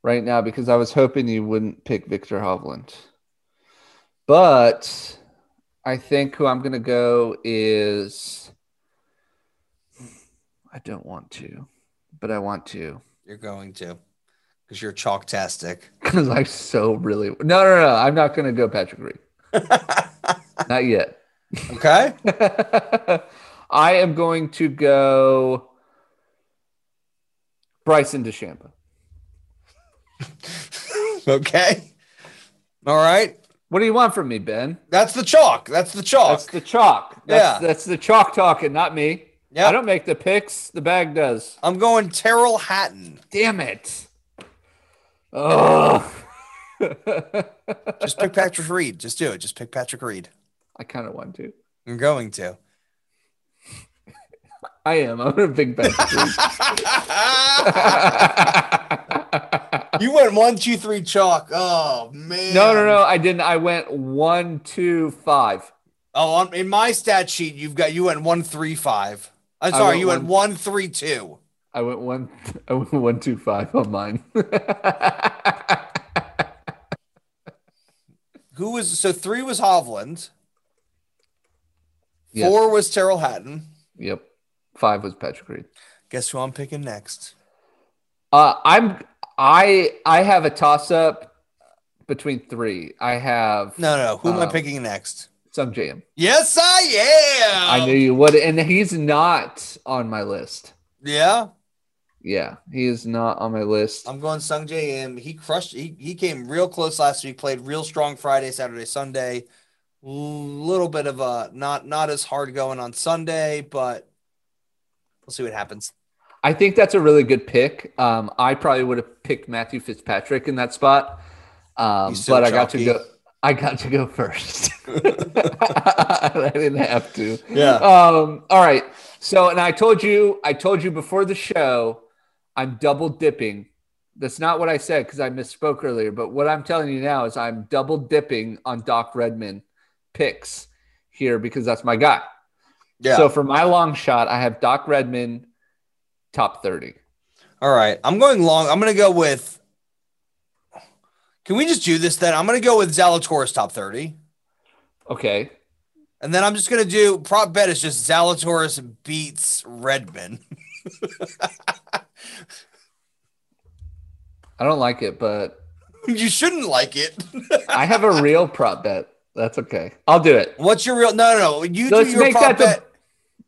B: right now because I was hoping you wouldn't pick Victor Hovland. But I think who I'm going to go is. I don't want to, but I want to
C: You're going to, because you're chalktastic.
B: because I so really. No, no, no. I'm not going to go Patrick Reed. not yet. <laughs>
C: Okay. <laughs>
B: I am going to go Bryson DeChambeau.
C: okay. All right.
B: What do you want from me, Ben?
C: That's the chalk. That's the chalk.
B: That's the chalk. That's,
C: Yeah.
B: that's the chalk talking, not me.
C: Yep.
B: I don't make the picks. The bag does.
C: I'm going Terrell Hatton.
B: Damn
C: <laughs>
B: it. Oh.
C: Just pick Patrick Reed. Just do it. Just pick Patrick Reed.
B: I kind of want to.
C: I'm going to.
B: I am. <laughs> I'm a big bag.
C: <laughs> you went one, two, three chalk. Oh man.
B: no, no, no. I didn't. I went one, two, five.
C: Oh, on, in my stat sheet, you've got you went one, three, five. I'm
B: I
C: sorry,
B: went
C: you went
B: one-
C: one, three, two.
B: I went one. <laughs> I went one, two, five on mine. <laughs>
C: Who was so three was Hovland,
B: Yes.
C: four was Terrell Hatton.
B: Yep. Five was Patrick Reed.
C: Guess who I'm picking next?
B: Uh, I'm I I have a toss up between three. I have
C: No, no, who am I
B: Um,
C: picking next?
B: some jam.
C: Yes, I am.
B: I knew you would, and he's not on my list.
C: yeah,
B: Yeah, he is not on my list.
C: I'm going Sung J M. He crushed. He, he came real close last week. Played real strong Friday, Saturday, Sunday. Little bit of a not not as hard going on Sunday, but we'll see what happens.
B: I think that's a really good pick. Um, I probably would have picked Matthew Fitzpatrick in that spot, um,
C: He's so
B: but I got to
C: chalky.
B: go. I got to go
C: <laughs>
B: first. <laughs> I didn't have to.
C: Yeah.
B: Um, all right. So, and I told you, I told you before the show, I'm double dipping. That's not what I said because I misspoke earlier. But what I'm telling you now is I'm double dipping on Doc Redman picks here because that's my guy.
C: Yeah.
B: So for my long shot, I have Doc Redman top 30.
C: All right. I'm going long. I'm going to go with. Can we just do this then? I'm going to go with Zalatoris top 30.
B: Okay.
C: And then I'm just going to do prop bet is just Zalatoris beats Redman.
B: I don't like it, but
C: <laughs> you shouldn't like it. <laughs>
B: I have a real prop bet. That's okay. I'll do it.
C: What's your real? No, no, no. You
B: Let's
C: do your
B: make that
C: prop
B: the-
C: bet.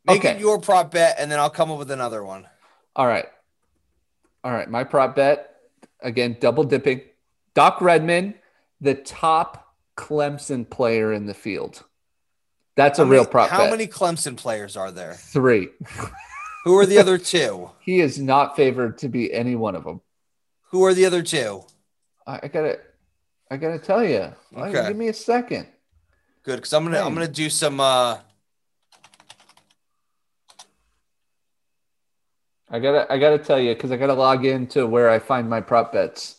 C: Make
B: Okay.
C: it your prop bet, and then I'll come up with another one.
B: All right. All right. My prop bet again, double dipping. Doc Redman, the top Clemson player in the field. That's a
C: How
B: real
C: many-
B: prop
C: How
B: bet.
C: many Clemson players are there?
B: Three.
C: Who are the other two?
B: He is not favored to be any one of them.
C: Who are the other two?
B: I, I gotta, I gotta tell you.
C: Okay.
B: Give me a second.
C: Good, because I'm gonna I'm
B: Hey.
C: gonna do some. uh
B: I gotta, I gotta tell you because I gotta log into where I find my prop bets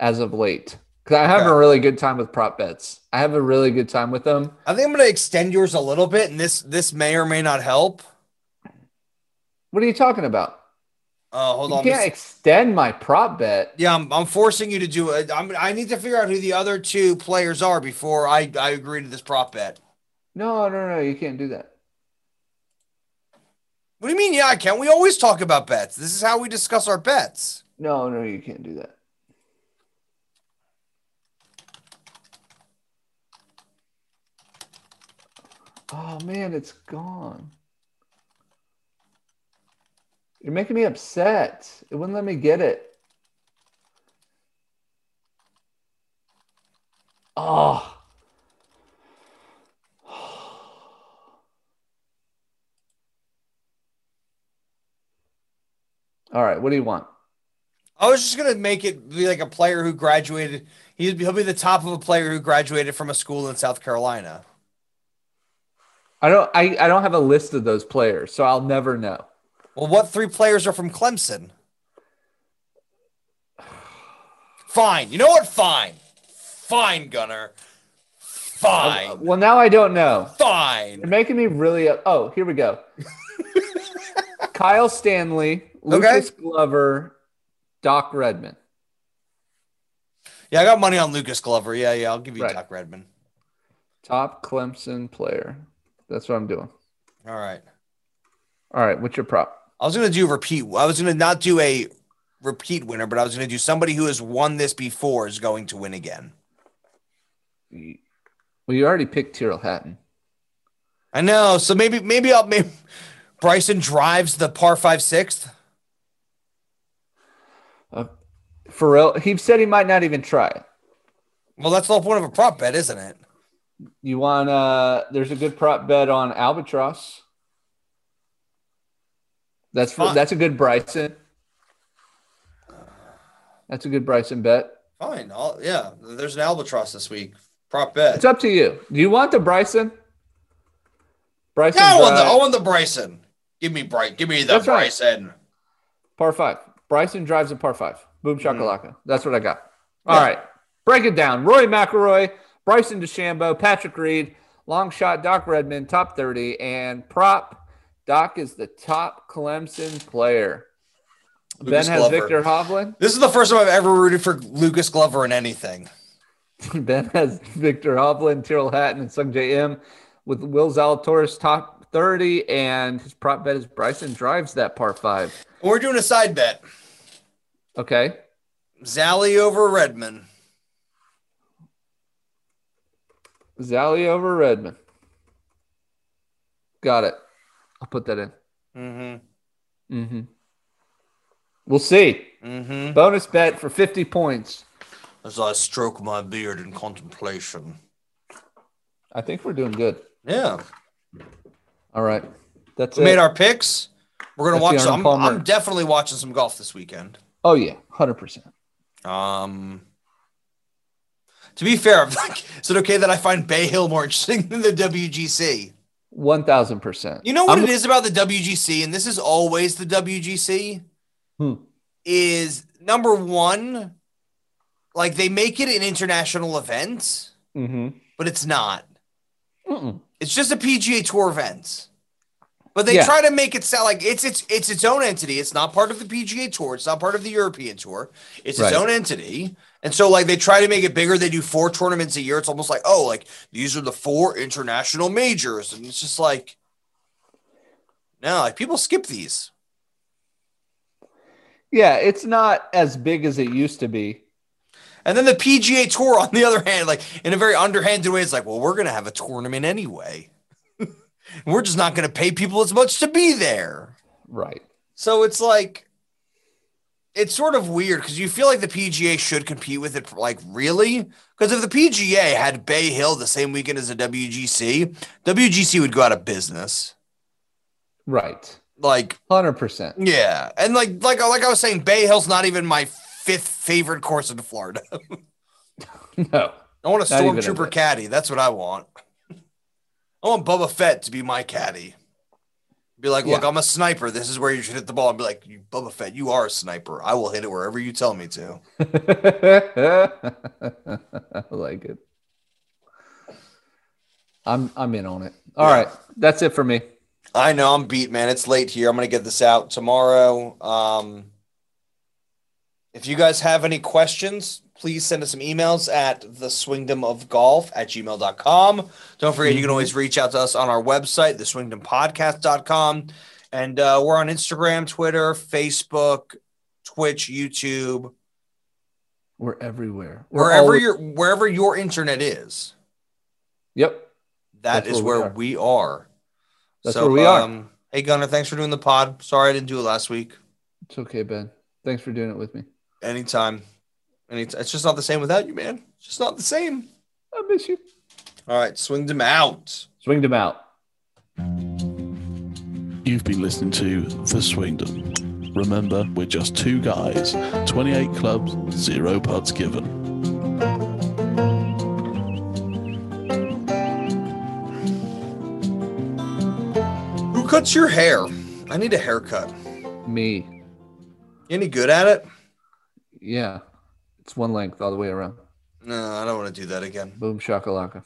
B: as of late. Because I have
C: Okay.
B: a really good time with prop bets. I have a really good time with them.
C: I think I'm gonna extend yours a little bit, and this this may or may not help.
B: What are you talking about?
C: Uh, hold
B: You
C: on. let me
B: can't
C: see.
B: extend my prop bet.
C: Yeah, I'm, I'm forcing you to do it. I'm, I need to figure out who the other two players are before I, I agree to this prop bet.
B: No, no, no, you can't do that.
C: What do you mean? Yeah, I can. We always talk about bets. This is how we discuss our bets.
B: No, no, you can't do that. Oh man, it's gone. You're making me upset. It wouldn't let me get it. Oh. <sighs> All right, what do you want?
C: I was just gonna make it be like a player who graduated. He'll be, he'll be the top of a player who graduated from a school in South Carolina.
B: I don't I, I don't have a list of those players, so I'll never know.
C: Well, what three players are from Clemson? Fine. You know what? Fine. Fine, Gunner. Fine.
B: Well, now I don't know. You're
C: Fine.
B: making me really up. Oh, here we go. Kyle Stanley, Lucas Glover, Doc Redman.
C: Yeah, I got money on Lucas Glover. Yeah, yeah. I'll give you
B: Right.
C: Doc Redman.
B: Top Clemson player. That's what I'm doing.
C: All right.
B: All right, what's your prop?
C: I was gonna do repeat. I was gonna not do a repeat winner, but I was gonna do somebody who has won this before is going to win again.
B: Well, you already picked Tyrrell Hatton.
C: I know. So maybe maybe I'll maybe Bryson drives the par five sixth.
B: For real, he said he might not even try it.
C: Well, that's the whole point of a prop bet, isn't it?
B: You want uh there's a good prop bet on Albatross. That's for,
C: Fine.
B: that's a good Bryson. That's a good Bryson bet.
C: Fine. I'll, yeah. There's an albatross this week. Prop bet.
B: It's up to you. Do you want the Bryson? Bryson
C: No, I want, the,
B: drive-
C: I want the Bryson. Give me Bright. Give me the
B: uh, That's right.
C: Bryson.
B: par five. Bryson drives a par five. Boom shakalaka. That's what I got.
C: Hmm. Yeah.
B: All right. Break it down. Roy McElroy, Bryson DeChambeau, Patrick Reed, long shot Doc Redmond, top 30, and prop. Doc is the top Clemson player.
C: Lucas
B: ben has
C: Glover.
B: Victor Hovland. <laughs>
C: This is the first time I've ever rooted for Lucas Glover in anything.
B: Ben has Victor Hovland, Tyrrell Hatton, and Sung J M with Will Zalatoris top 30. And his prop bet is Bryson drives that par five.
C: And We're doing a side bet.
B: Okay.
C: Zally over Redmond.
B: Zally over Redmond. Got it. I'll put that in.
C: Mm-hmm.
B: hmm We'll see.
C: Mm-hmm.
B: Bonus bet for 50 points.
C: As I stroke my beard in contemplation.
B: I think we're doing good.
C: Yeah.
B: All right. That's
C: We
B: it.
C: made our picks. We're gonna
B: That's the Arnold
C: watch some. I'm,
B: Palmer.
C: I'm definitely watching some golf this weekend.
B: oh, yeah. 100%.
C: Um to be fair, I'm like, <laughs> is it okay that I find Bay Hill more interesting than the WGC?
B: 1000%.
C: You know what
B: I'm-
C: it is about the WGC, and this is always the WGC,
B: Hmm.
C: is number one, like they make it an international event,
B: Mhm.
C: but it's not.
B: Mm-mm.
C: It's just a PGA Tour event. But they
B: Yeah.
C: try to make it sound like it's its it's its own entity. It's not part of the PGA Tour. It's not part of the European Tour. It's
B: Right.
C: its own entity. And so like they try to make it bigger. They do four tournaments a year. It's almost like oh like these are the four international majors, and it's just like no like people skip these.
B: Yeah, it's not as big as it used to be.
C: And then the PGA Tour, on the other hand, like in a very underhanded way, it's like, well, we're going to have a tournament anyway. <laughs> we're just not going to pay people as much to be there.
B: Right.
C: So it's like, it's sort of weird because you feel like the PGA should compete with it. Like, really? Because if the PGA had Bay Hill the same weekend as the WGC, WGC would go out of business.
B: Right.
C: Like,
B: 100%.
C: yeah, and like like like I was saying, Bay Hill's not even my fifth favorite course in Florida.
B: <laughs> No. <laughs>
C: I want a
B: Not even a
C: stormtrooper
B: bit.
C: caddy. That's what I want. <laughs> I want Bubba Fett to be my caddy. Be like, look,
B: Yeah.
C: I'm a sniper. This is where you should hit the ball. And be like, you, Bubba Fett, you are a sniper. I will hit it wherever you tell me to.
B: I like it. I'm I'm in on it. All
C: Yeah.
B: right, That's it for me.
C: I know I'm beat, man. It's late here. I'm gonna get this out tomorrow. Um, if you guys have any questions, please send us some emails at the swingdom of golf at gmail.com. Don't forget you can always reach out to us on our website, the swingdompodcast.com. And uh, we're on Instagram, Twitter, Facebook, Twitch, YouTube,
B: We're everywhere. We're
C: wherever
B: always-
C: your wherever your internet is.
B: Yep.
C: That's
B: That's where we
C: where
B: are.
C: we are.
B: That's where we are.
C: Um, hey Gunner, thanks for doing the pod. Sorry I didn't do it last week.
B: It's okay, Ben. Thanks for doing it with me.
C: anytime. Anytime. It's just not the same without you, man. It's just not the same.
B: I miss you.
C: All right, swing them out.
B: Swinged him out.
A: You've been listening to The Swingdom. Remember, we're just two guys, 28 clubs, zero putts given.
C: Who cuts your hair? I need a haircut.
B: Me.
C: You Any good at it?
B: Yeah. It's one length all the way around.
C: No, I don't want to do that again.
B: Boom shakalaka.